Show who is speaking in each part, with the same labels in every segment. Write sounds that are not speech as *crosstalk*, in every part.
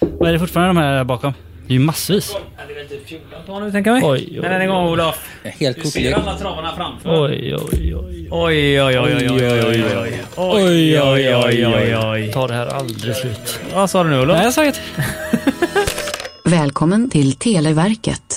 Speaker 1: Vad är det fortfarande de här bakom? Det är ju massvis.
Speaker 2: Ja, Det är väl typ 14 ton nu tänker jag mig.
Speaker 1: Oj, oj,
Speaker 2: Men än en gång Olof. Du
Speaker 3: Helt
Speaker 2: ser
Speaker 3: koklek.
Speaker 2: alla travarna framför.
Speaker 1: Oj, oj, oj.
Speaker 2: Oj, oj, oj, oj, oj, oj, oj. Oj, oj, oj, oj, oj.
Speaker 1: Tar det här aldrig slut.
Speaker 2: Vad sa du nu Olof?
Speaker 1: Nej, jag sa inget.
Speaker 4: Välkommen till Televerket.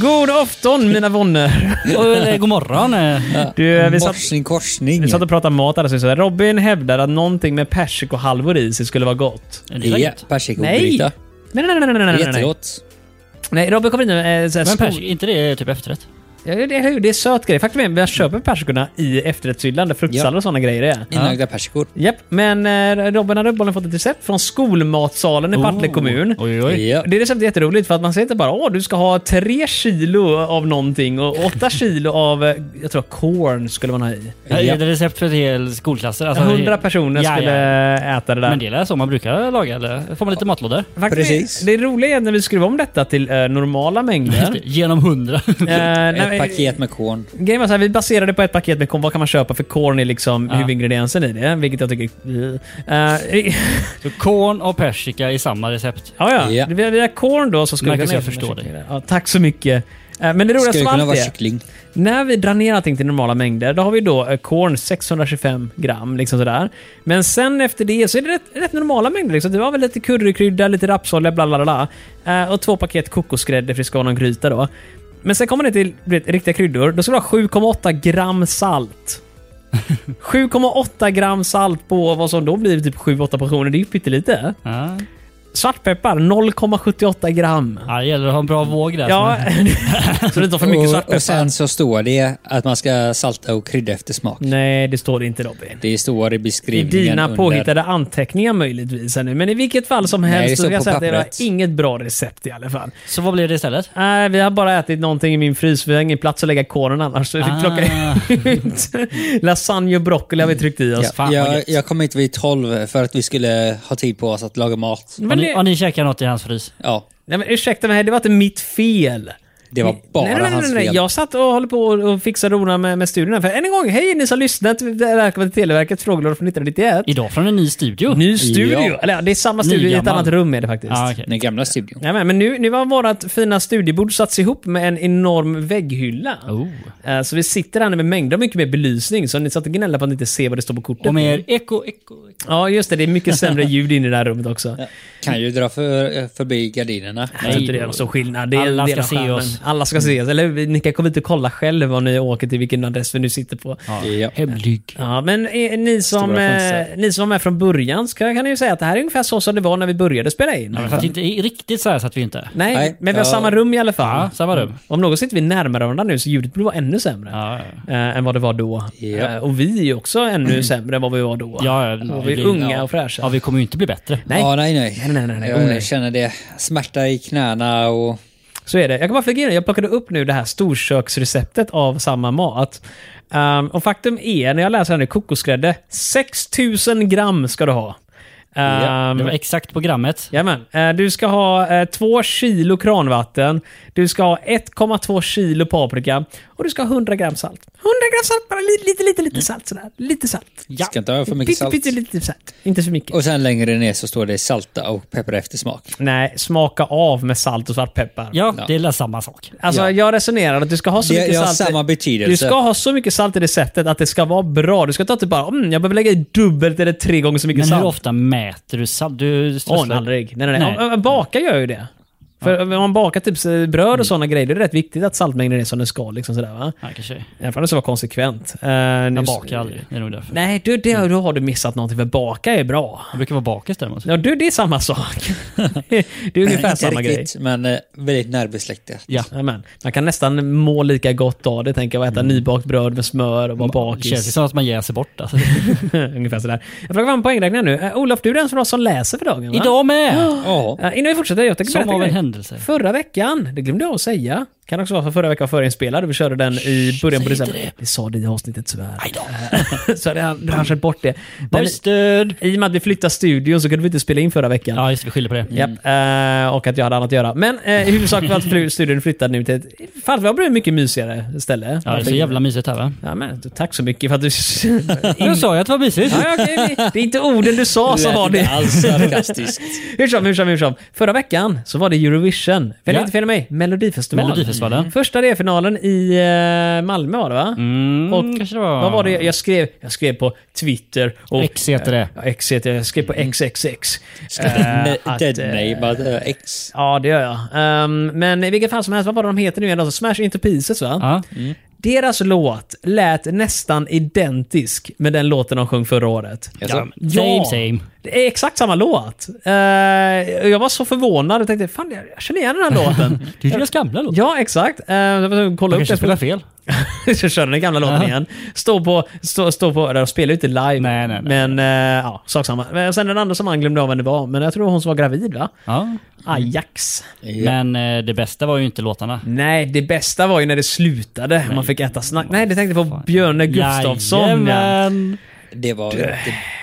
Speaker 2: God afton mina vänner.
Speaker 1: Och, eller, god morgon. eh.
Speaker 2: Du, vi satt,
Speaker 3: Korsning, korsning.
Speaker 2: vi satt och pratade mat alldeles nyss. Robin hävdar att någonting med persikohalvor i sig skulle vara gott.
Speaker 1: Är det så
Speaker 3: Ja,
Speaker 1: gott?
Speaker 3: persikogryta.
Speaker 2: Nej, nej, nej, nej, nej, nej, nej.
Speaker 3: Jättegott.
Speaker 2: Nej, Robin kommer in nu. Eh, så
Speaker 1: Men
Speaker 2: här, sko-
Speaker 1: persik, inte det är typ efterrätt?
Speaker 2: Ja, det är ju. Det är söt grej. Faktum är, jag köper persikorna i efterrättshyllan där fruktsallad och sådana grejer är.
Speaker 3: Inlagda persikor.
Speaker 2: Japp, men eh, Robin hade uppenbarligen fått ett recept från skolmatsalen i
Speaker 1: Oh.
Speaker 2: Partille kommun.
Speaker 1: Oj, oj.
Speaker 3: Ja.
Speaker 2: Det receptet är jätteroligt för att man säger inte bara åh du ska ha tre kilo av
Speaker 1: *laughs*
Speaker 2: någonting och åtta kilo av, eh, jag tror corn skulle man ha i.
Speaker 1: Ja. Är det recept för en hel skolklasser? Alltså,
Speaker 2: 100 personer
Speaker 1: Ja, ja.
Speaker 2: skulle äta det där.
Speaker 1: Men det är så man brukar laga, eller? Får man lite matlådor?
Speaker 2: Faktum är-
Speaker 3: Precis.
Speaker 2: Det roliga är när vi skruvar om detta till eh, normala mängder. eh,
Speaker 1: Genom hundra. *laughs*
Speaker 2: nej,
Speaker 3: Ett paket med korn.
Speaker 2: Grejen var så här, vi baserade på ett paket med korn. Vad kan man köpa för korn är liksom
Speaker 1: Ja.
Speaker 2: huvudingrediensen i det. Vilket jag tycker... Eh,
Speaker 1: Så korn och persika i samma recept.
Speaker 2: *laughs* Ja, ja.
Speaker 3: Ja.
Speaker 2: Via, via korn då så skulle
Speaker 1: Marcus,
Speaker 2: kunna-
Speaker 1: jag förstår dig.
Speaker 2: Ja, tack så mycket. Eh, Men det roliga
Speaker 3: Skulle
Speaker 2: som
Speaker 3: kunna
Speaker 2: allt
Speaker 3: vara
Speaker 2: är,
Speaker 3: kyckling.
Speaker 2: när vi drar ner allting till normala mängder, då har vi då eh, korn 625 gram. Liksom sådär. Men sen efter det så är det rätt, rätt normala mängder. Liksom. Det var väl lite currykrydda, lite rapsolja, bla bla bla. bla. Eh, Och två paket kokosgrädde för det ska vara någon gryta då. Men sen kommer det till du vet, riktiga kryddor. Då ska du ha 7,8 gram salt. 7,8 gram salt på vad som då blir typ 7-8 portioner. Det är ju pyttelite.
Speaker 1: Ja.
Speaker 2: Svartpeppar 0,78 gram.
Speaker 1: Ja, det gäller att ha en bra våg där.
Speaker 2: Ja, *laughs*
Speaker 1: Så-
Speaker 2: så det inte var för mycket
Speaker 3: Och,
Speaker 2: svartpeppar.
Speaker 3: och sen så står det att man ska salta och krydda efter smak.
Speaker 2: Nej, det står det inte Robin.
Speaker 3: Det står i
Speaker 2: I
Speaker 3: beskrivningen
Speaker 2: dina
Speaker 3: under.
Speaker 2: påhittade anteckningar möjligtvis. här nu. Men i vilket fall som helst
Speaker 3: det
Speaker 2: så
Speaker 3: står
Speaker 2: kan jag
Speaker 3: på
Speaker 2: säga att det var
Speaker 3: pappret.
Speaker 2: inget bra recept i alla fall.
Speaker 1: Så vad blev det istället?
Speaker 2: Nej, vi har bara ätit någonting i min frys. Vi har ingen plats att lägga kornen annars. Så vi fick
Speaker 1: Ah.
Speaker 2: plocka ut *laughs* lasagne och broccoli har vi tryckt i oss.
Speaker 3: Ja,
Speaker 1: Fan, vad
Speaker 3: jag,
Speaker 1: gött.
Speaker 3: jag kom hit vid 12 för att vi skulle ha tid på oss att laga mat.
Speaker 1: har,
Speaker 2: Men
Speaker 1: ni,
Speaker 2: det,
Speaker 1: har ni käkat något i hans frys?
Speaker 3: Ja,
Speaker 2: nej, men ursäkta mig, det var inte mitt fel.
Speaker 3: det var bara
Speaker 2: nej, nej, nej,
Speaker 3: hans
Speaker 2: nej, nej.
Speaker 3: fel.
Speaker 2: Jag satt och håller på och och fixar och donar med, med studierna. För än en gång, hej ni som lyssnat. Välkommen till Televerkets frågelåda från 1991.
Speaker 1: Idag från en ny studio?
Speaker 2: Ny studio!
Speaker 3: Ja.
Speaker 2: Eller ja, det är samma studio i ett
Speaker 1: Nygammal.
Speaker 2: annat rum är det faktiskt.
Speaker 3: Ah,
Speaker 1: Ja, okej.
Speaker 3: Den gamla studion.
Speaker 2: Ja, men, men nu, nu har vårt fina studiebord satts ihop med en enorm vägghylla.
Speaker 1: Oh.
Speaker 2: Eh, Så vi sitter här nu med mängder av mycket mer belysning, så ni satt och gnällde på att ni inte ser vad det står på kortet.
Speaker 1: Och mer eko, eko, eko.
Speaker 2: Ja, just det. Det är mycket sämre ljud inne i det här rummet också.
Speaker 3: Kan ju dra för, förbi gardinerna.
Speaker 2: Jag tror inte det är någon stor skillnad. Det är
Speaker 1: Alla
Speaker 2: en del
Speaker 1: ska
Speaker 2: av
Speaker 1: se
Speaker 2: charmen.
Speaker 1: oss.
Speaker 2: Alla ska se oss. Eller ni kan komma hit och kolla själv var ni åker till, vilken adress vi nu sitter på.
Speaker 3: Ja.
Speaker 1: Hemlig.
Speaker 2: Ja, men eh, ni som,
Speaker 3: Stora
Speaker 2: eh,
Speaker 3: fönster.
Speaker 2: ni som var med från början ska, kan ni ju säga att det här är ungefär så som det var när vi började spela in.
Speaker 1: Ja, men fast inte i- riktigt så här satt vi inte.
Speaker 2: Nej,
Speaker 3: Nej,
Speaker 2: men vi har
Speaker 3: ja.
Speaker 2: samma rum i alla fall.
Speaker 1: Ja, samma rum.
Speaker 2: Om något sitter vi närmare varandra nu, så ljudet borde vara ännu sämre.
Speaker 1: Ja, ja.
Speaker 2: Eh, än vad det var då.
Speaker 3: Ja.
Speaker 2: Eh, och vi är ju också ännu *clears throat* sämre än vad vi var då.
Speaker 1: Ja, ja,
Speaker 2: och vi är
Speaker 1: det-
Speaker 2: unga
Speaker 1: ja.
Speaker 2: och fräscha.
Speaker 1: ja, vi kommer ju inte bli bättre.
Speaker 2: Nej.
Speaker 3: Ja, nej, nej.
Speaker 2: Nej, nej, nej, nej.
Speaker 3: jag
Speaker 2: Oh, nej.
Speaker 3: känner det. Smärta i knäna och...
Speaker 2: Så är det. Jag kan bara flika in, jag plockade upp nu det här storköksreceptet av samma mat. Ehm, och faktum är, när jag läser här nu, kokosgrädde, 6000 gram ska du ha. Um,
Speaker 1: Det var exakt på grammet.
Speaker 2: Jajamän. Eh, Du ska ha eh, 2 kilo kranvatten, du ska ha 1,2 kilo paprika och du ska ha 100 gram salt. 100 gram salt, bara lite, lite, lite, lite salt sådär. Lite salt.
Speaker 1: Ja.
Speaker 3: Ska inte ha för mycket
Speaker 2: Pytte,
Speaker 3: salt.
Speaker 2: pytte, lite salt. Inte för mycket.
Speaker 3: Och sen längre ner så står det salta och peppra efter smak.
Speaker 2: Nej, smaka av med salt och svartpeppar.
Speaker 1: Ja,
Speaker 3: Ja.
Speaker 1: det är samma sak.
Speaker 2: Alltså,
Speaker 3: Ja.
Speaker 2: jag resonerar att du ska ha så
Speaker 3: Det-
Speaker 2: mycket
Speaker 3: det har
Speaker 2: salt...
Speaker 3: samma betydelse.
Speaker 2: Du ska ha så mycket salt i receptet att det ska vara bra. Du ska inte alltid bara mm, jag behöver lägga i dubbelt eller tre gånger så mycket
Speaker 1: Men hur
Speaker 2: salt.
Speaker 1: ofta mäter du salt? Du
Speaker 2: Åh,
Speaker 1: strösslar-
Speaker 2: aldrig. Nej, nej, nej.
Speaker 1: Nej.
Speaker 2: Om- om- Baka gör ju det. För om man bakar typ eh,
Speaker 1: Mm.
Speaker 2: bröd och sådana grejer, då är det rätt viktigt att saltmängden är som den ska. Liksom sådär, va?
Speaker 1: Ja, kanske.
Speaker 2: I alla fall det ska vara konsekvent. Eh, nu-
Speaker 1: Jag bakar Mm. aldrig. Det är nog därför.
Speaker 2: Nej, du, det, då har du missat någonting, för baka är bra.
Speaker 1: Jag brukar vara bakis däremot.
Speaker 2: Ja, du, det är
Speaker 1: *laughs*
Speaker 2: samma sak. det är ungefär
Speaker 3: inte
Speaker 2: samma grej.
Speaker 3: riktigt, men eh, väldigt närbesläktat.
Speaker 1: Ja.
Speaker 2: Amen. Man kan nästan må lika gott av det, tänker jag, och äta nybakt bröd med smör och vara
Speaker 1: Det Mm. känns ju
Speaker 2: bakis.
Speaker 1: som att man jäser bort alltså.
Speaker 2: *laughs* Ungefär sådär. Jag frågar fram poängräknaren nu. Uh, Olof, du är den som, som läser för dagen, va?
Speaker 1: Idag med!
Speaker 3: Ja.
Speaker 2: Eh, innan vi fortsätter, jag tänker
Speaker 1: Som av
Speaker 2: berätta
Speaker 1: en
Speaker 2: grej.
Speaker 1: händelse.
Speaker 2: Förra veckan, det glömde jag att säga, Kan också vara för förra veckan förinspelad. Vi körde den i början på
Speaker 1: säg inte
Speaker 2: december.
Speaker 1: det.
Speaker 2: Vi sa det i avsnittet tyvärr. *laughs* så hade han branschat bort det. Men
Speaker 1: Boystöd!
Speaker 2: i och med att vi flyttade studion så kunde vi inte spela in förra veckan.
Speaker 1: Ja, Mm. just det, vi skyller på det.
Speaker 2: Japp, eh, och att jag hade annat att göra. Men eh, i huvudsak var att fly- studion flyttade nu till ett fan, det var ett mycket mysigare ställe.
Speaker 1: Ja, det är så jävla mysigt här va?
Speaker 2: Ja, men, tack så mycket för att du...
Speaker 1: Du sa ju att det var mysigt.
Speaker 2: ja, ja, okej, det är inte orden du sa som var
Speaker 3: inte
Speaker 2: det.
Speaker 3: alls sarkastiskt.
Speaker 2: Hur som, hur som, hur som. Förra veckan så var det Eurovision. Fel
Speaker 1: Ja.
Speaker 2: inte fel mig. Melodifestivalen. Mm.
Speaker 1: Melodifestivalen.
Speaker 2: Första D-finalen i eh, Malmö var det va?
Speaker 1: Mm,
Speaker 2: Och
Speaker 1: kanske det var.
Speaker 2: Vad var det jag skrev? Jag skrev på Twitter och...
Speaker 1: X heter det.
Speaker 2: Ja, X heter jag. Jag skrev på XXX. *laughs* eh,
Speaker 3: Ne-
Speaker 2: att,
Speaker 3: Dead
Speaker 2: eh,
Speaker 3: name, but, eh, X.
Speaker 2: Ja, det gör jag. Ehm, men i vilket fall som helst, vad var det de heter nu igen? Alltså Smash Into Pieces va?
Speaker 1: Ja.
Speaker 2: Deras låt lät nästan identisk med den låten de sjöng förra året.
Speaker 3: Jaså?
Speaker 1: Same, same.
Speaker 2: Det är exakt samma låt. Eh, jag var så förvånad och tänkte, fan jag jag känner igen den
Speaker 1: *laughs*
Speaker 2: här låten.
Speaker 1: Det är deras gamla låt.
Speaker 2: ja, exakt. Uh, jag var tvungen att kolla
Speaker 1: De
Speaker 2: upp
Speaker 1: kanske spelar
Speaker 2: det.
Speaker 1: fel.
Speaker 2: *laughs* så kör den gamla låten
Speaker 1: Ja.
Speaker 2: igen. Stå på, stå, stå på, eller de spelar ju inte
Speaker 1: Nej,
Speaker 2: live.
Speaker 1: nej, nej.
Speaker 2: Men eh, ja, sak samma. Men sen den andra som han glömde av vem det var, men jag tror det var hon som var gravid va?
Speaker 1: Ja.
Speaker 2: Ajax.
Speaker 3: Ja.
Speaker 1: Men eh, det bästa var ju inte låtarna.
Speaker 2: Nej, det bästa var ju när det slutade. Man fick äta snack. Nej, det tänkte jag på
Speaker 1: Fan.
Speaker 2: Björne Gustafsson. Ja.
Speaker 1: Jajamän.
Speaker 3: Det var inte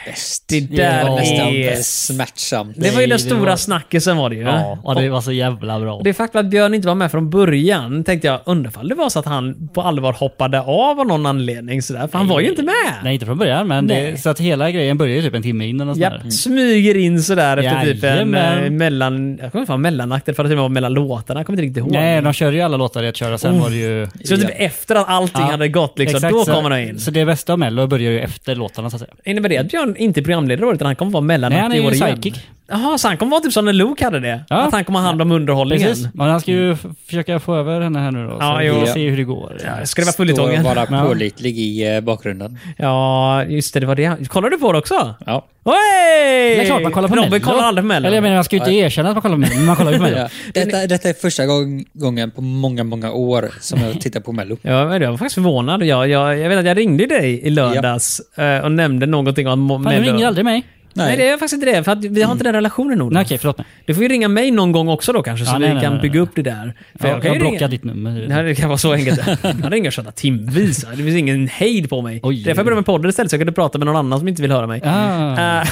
Speaker 3: bäst.
Speaker 2: Det där
Speaker 1: Ja.
Speaker 2: är...
Speaker 3: Nästan smärtsamt.
Speaker 2: Det var ju
Speaker 1: Nej,
Speaker 2: den
Speaker 1: det
Speaker 2: stora
Speaker 1: var-
Speaker 2: snackisen var det ju.
Speaker 1: Ja, och det var så jävla bra.
Speaker 2: Det faktum att Björn inte var med från början tänkte jag, undrar om det var så att han på allvar hoppade av av någon anledning sådär, för han var ju inte med.
Speaker 1: Nej, inte från början, men
Speaker 2: Nej.
Speaker 1: det, så att hela grejen börjar ju typ en timme innan. Och
Speaker 2: Japp,
Speaker 1: sådär.
Speaker 2: smyger in sådär efter typ en
Speaker 1: Jajamän.
Speaker 2: eh, mellan... Jag kommer inte ihåg mellanakten, för att det var mellan låtarna. Jag kommer inte riktigt ihåg.
Speaker 1: Nej, de körde ju alla låtar i ett kör och sen var det ju...
Speaker 2: så typ efter att allting
Speaker 1: Ja,
Speaker 2: Oh. hade gått, liksom,
Speaker 1: Exakt,
Speaker 2: då
Speaker 1: så-
Speaker 2: kommer de in.
Speaker 1: Så det bästa av Mello börjar ju efter låtarna så att säga.
Speaker 2: Innebär det att Björn inte är programledare då, utan han kommer vara
Speaker 1: Nej,
Speaker 2: mellanaktig
Speaker 1: han är
Speaker 2: i år
Speaker 1: ju
Speaker 2: igen?
Speaker 1: psychic.
Speaker 2: Jaha, så han kommer vara typ som när Luke hade det?
Speaker 1: Ja.
Speaker 2: Att han kommer ha hand om underhållningen?
Speaker 1: Precis. Men han ska ju f- försöka få över henne här nu då.
Speaker 2: Ja,
Speaker 1: så
Speaker 2: jo.
Speaker 1: vi får se hur det går.
Speaker 2: Ja, Ska det vara
Speaker 3: Står
Speaker 2: följetongen?
Speaker 3: bara pålitlig i eh, bakgrunden.
Speaker 2: Ja, just det, det var det han... Kollar du på det också?
Speaker 3: Ja.
Speaker 2: Hej!
Speaker 1: Det är klart man kollar på
Speaker 2: Robin
Speaker 1: Mello.
Speaker 2: kollar aldrig på Mello.
Speaker 1: Eller jag menar, man ska ju inte erkänna att man kollar på Mello, men man kollar ju på
Speaker 2: *laughs*
Speaker 1: Mello.
Speaker 3: Ja. Detta, detta är första gång, gången på många, många år som jag tittar
Speaker 2: *laughs*
Speaker 3: på Mello.
Speaker 2: Ja, men jag var faktiskt förvånad. Jag, jag, jag vet att jag ringde dig i lördags eh, och nämnde någonting om Mo-
Speaker 1: Fan,
Speaker 2: Mello.
Speaker 1: du ringer aldrig mig.
Speaker 2: Nej. det är faktiskt inte det. För att vi har inte den relationen, Ola.
Speaker 1: Nej, okej, förlåt mig.
Speaker 2: Du får ju ringa mig någon gång också då kanske, så
Speaker 1: Ja,
Speaker 2: vi
Speaker 1: nej, nej,
Speaker 2: kan
Speaker 1: nej,
Speaker 2: bygga
Speaker 1: nej.
Speaker 2: upp det där. För
Speaker 1: Jag, jag,
Speaker 2: kan ju ringa-
Speaker 1: blockar ditt nummer.
Speaker 2: Nej, det kan vara så enkelt. Han ringer och tjatar timvis. Det finns ingen hejd på mig.
Speaker 1: Oj.
Speaker 2: Därför jag började med podden istället, så jag kunde prata med någon annan som inte vill höra mig.
Speaker 1: Ah.
Speaker 2: Eh,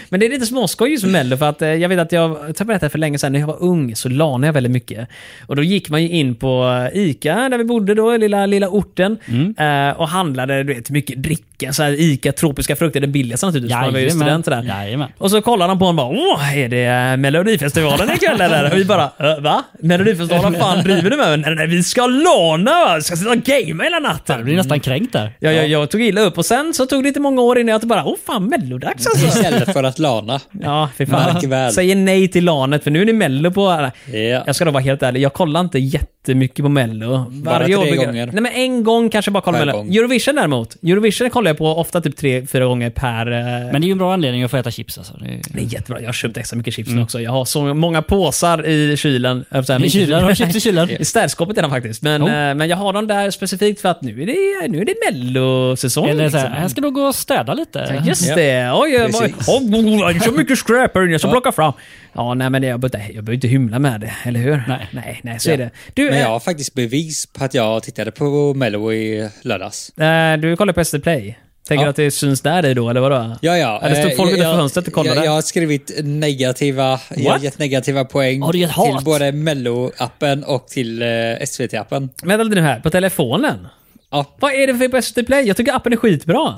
Speaker 2: *laughs* men det är lite småskoj just med Mello, för att eh, jag vet att jag, jag tror jag berättade för länge sedan, när jag var ung så lanade jag väldigt mycket. Och då gick man ju in på eh, ICA, där vi bodde då, i lilla, lilla orten, eh, och handlade du vet, mycket dricka. Så här, ICA, tropiska frukter, det billigaste naturligtvis, för man var ju student. och Sådär.
Speaker 1: Jajamän.
Speaker 2: Och så kollar han på honom och bara Åh, är det eh, Melodifestivalen ikväll eller? Och vi bara äh, Va? Melodifestivalen? Vad fan driver du med? Nej, nej, vi ska låna! va? Vi ska sitta och gamea hela
Speaker 1: Fan,
Speaker 2: natten!
Speaker 1: du blir nästan kränkt där.
Speaker 2: Ja, jag, jag tog illa upp och sen så tog det inte många år innan jag bara Åh fan, mellodags alltså!
Speaker 3: Istället för att lana.
Speaker 2: Ja, fy
Speaker 3: Märk
Speaker 2: fan.
Speaker 3: väl.
Speaker 2: Säger nej till LANet, för nu är ni mello på...
Speaker 3: Ja.
Speaker 2: Jag ska då vara helt ärlig, jag kollar inte jättemycket på mello. Varje
Speaker 3: tre
Speaker 2: år brukar-
Speaker 3: gånger.
Speaker 2: Nej men en gång kanske jag bara kollar
Speaker 3: Per
Speaker 2: mello.
Speaker 3: gång.
Speaker 2: Eurovision däremot. Eurovision kollar jag på ofta typ tre, fyra gånger per... eh,
Speaker 1: Men det är ju en bra anledning att få äta chips alltså. Det är...
Speaker 2: det är jättebra. Jag har köpt extra mycket chips
Speaker 3: Mm.
Speaker 2: nu också. Jag har så många påsar i kylen. Jag säga,
Speaker 1: I kylen, har du chips i kylen?
Speaker 2: *laughs* I städskåpet är de faktiskt. Men,
Speaker 1: Oh.
Speaker 2: eh, men jag har dem där specifikt för att nu är det, nu är det mellosäsong.
Speaker 1: Eller så här,
Speaker 2: liksom.
Speaker 1: här ska du gå och städa lite.
Speaker 2: Just
Speaker 3: Ja.
Speaker 2: det! Oj, oj, oj.
Speaker 3: Precis.
Speaker 2: Oh, oh, oh, så mycket skräp här inne, jag ska plocka fram. Ja, nej men det- jag behöver inte- jag behöver inte hymla med det, eller hur?
Speaker 1: Nej.
Speaker 2: nej, nej, så är
Speaker 3: Ja.
Speaker 2: det. Du,
Speaker 3: Men
Speaker 2: eh,
Speaker 3: jag har faktiskt bevis på att jag tittade på Mello i lördags.
Speaker 2: eh, du kollar på SD Play. Tänker
Speaker 3: Ja.
Speaker 2: du att det syns där i då, eller vadå?
Speaker 3: Ja, ja.
Speaker 2: Ja, det stod
Speaker 3: eh,
Speaker 2: folk
Speaker 3: jag-
Speaker 2: utanför
Speaker 3: jag-
Speaker 2: fönstret och kollade.
Speaker 3: Jag, jag har skrivit negativa, jag har
Speaker 2: What?
Speaker 3: gett negativa poäng
Speaker 1: Har du gett
Speaker 3: till
Speaker 1: hat?
Speaker 3: både Mello-appen och till eh, SVT-appen.
Speaker 2: Vänta lite nu här, på telefonen?
Speaker 3: Ja.
Speaker 2: Vad är det för fel på SD Play? Jag tycker appen är skitbra.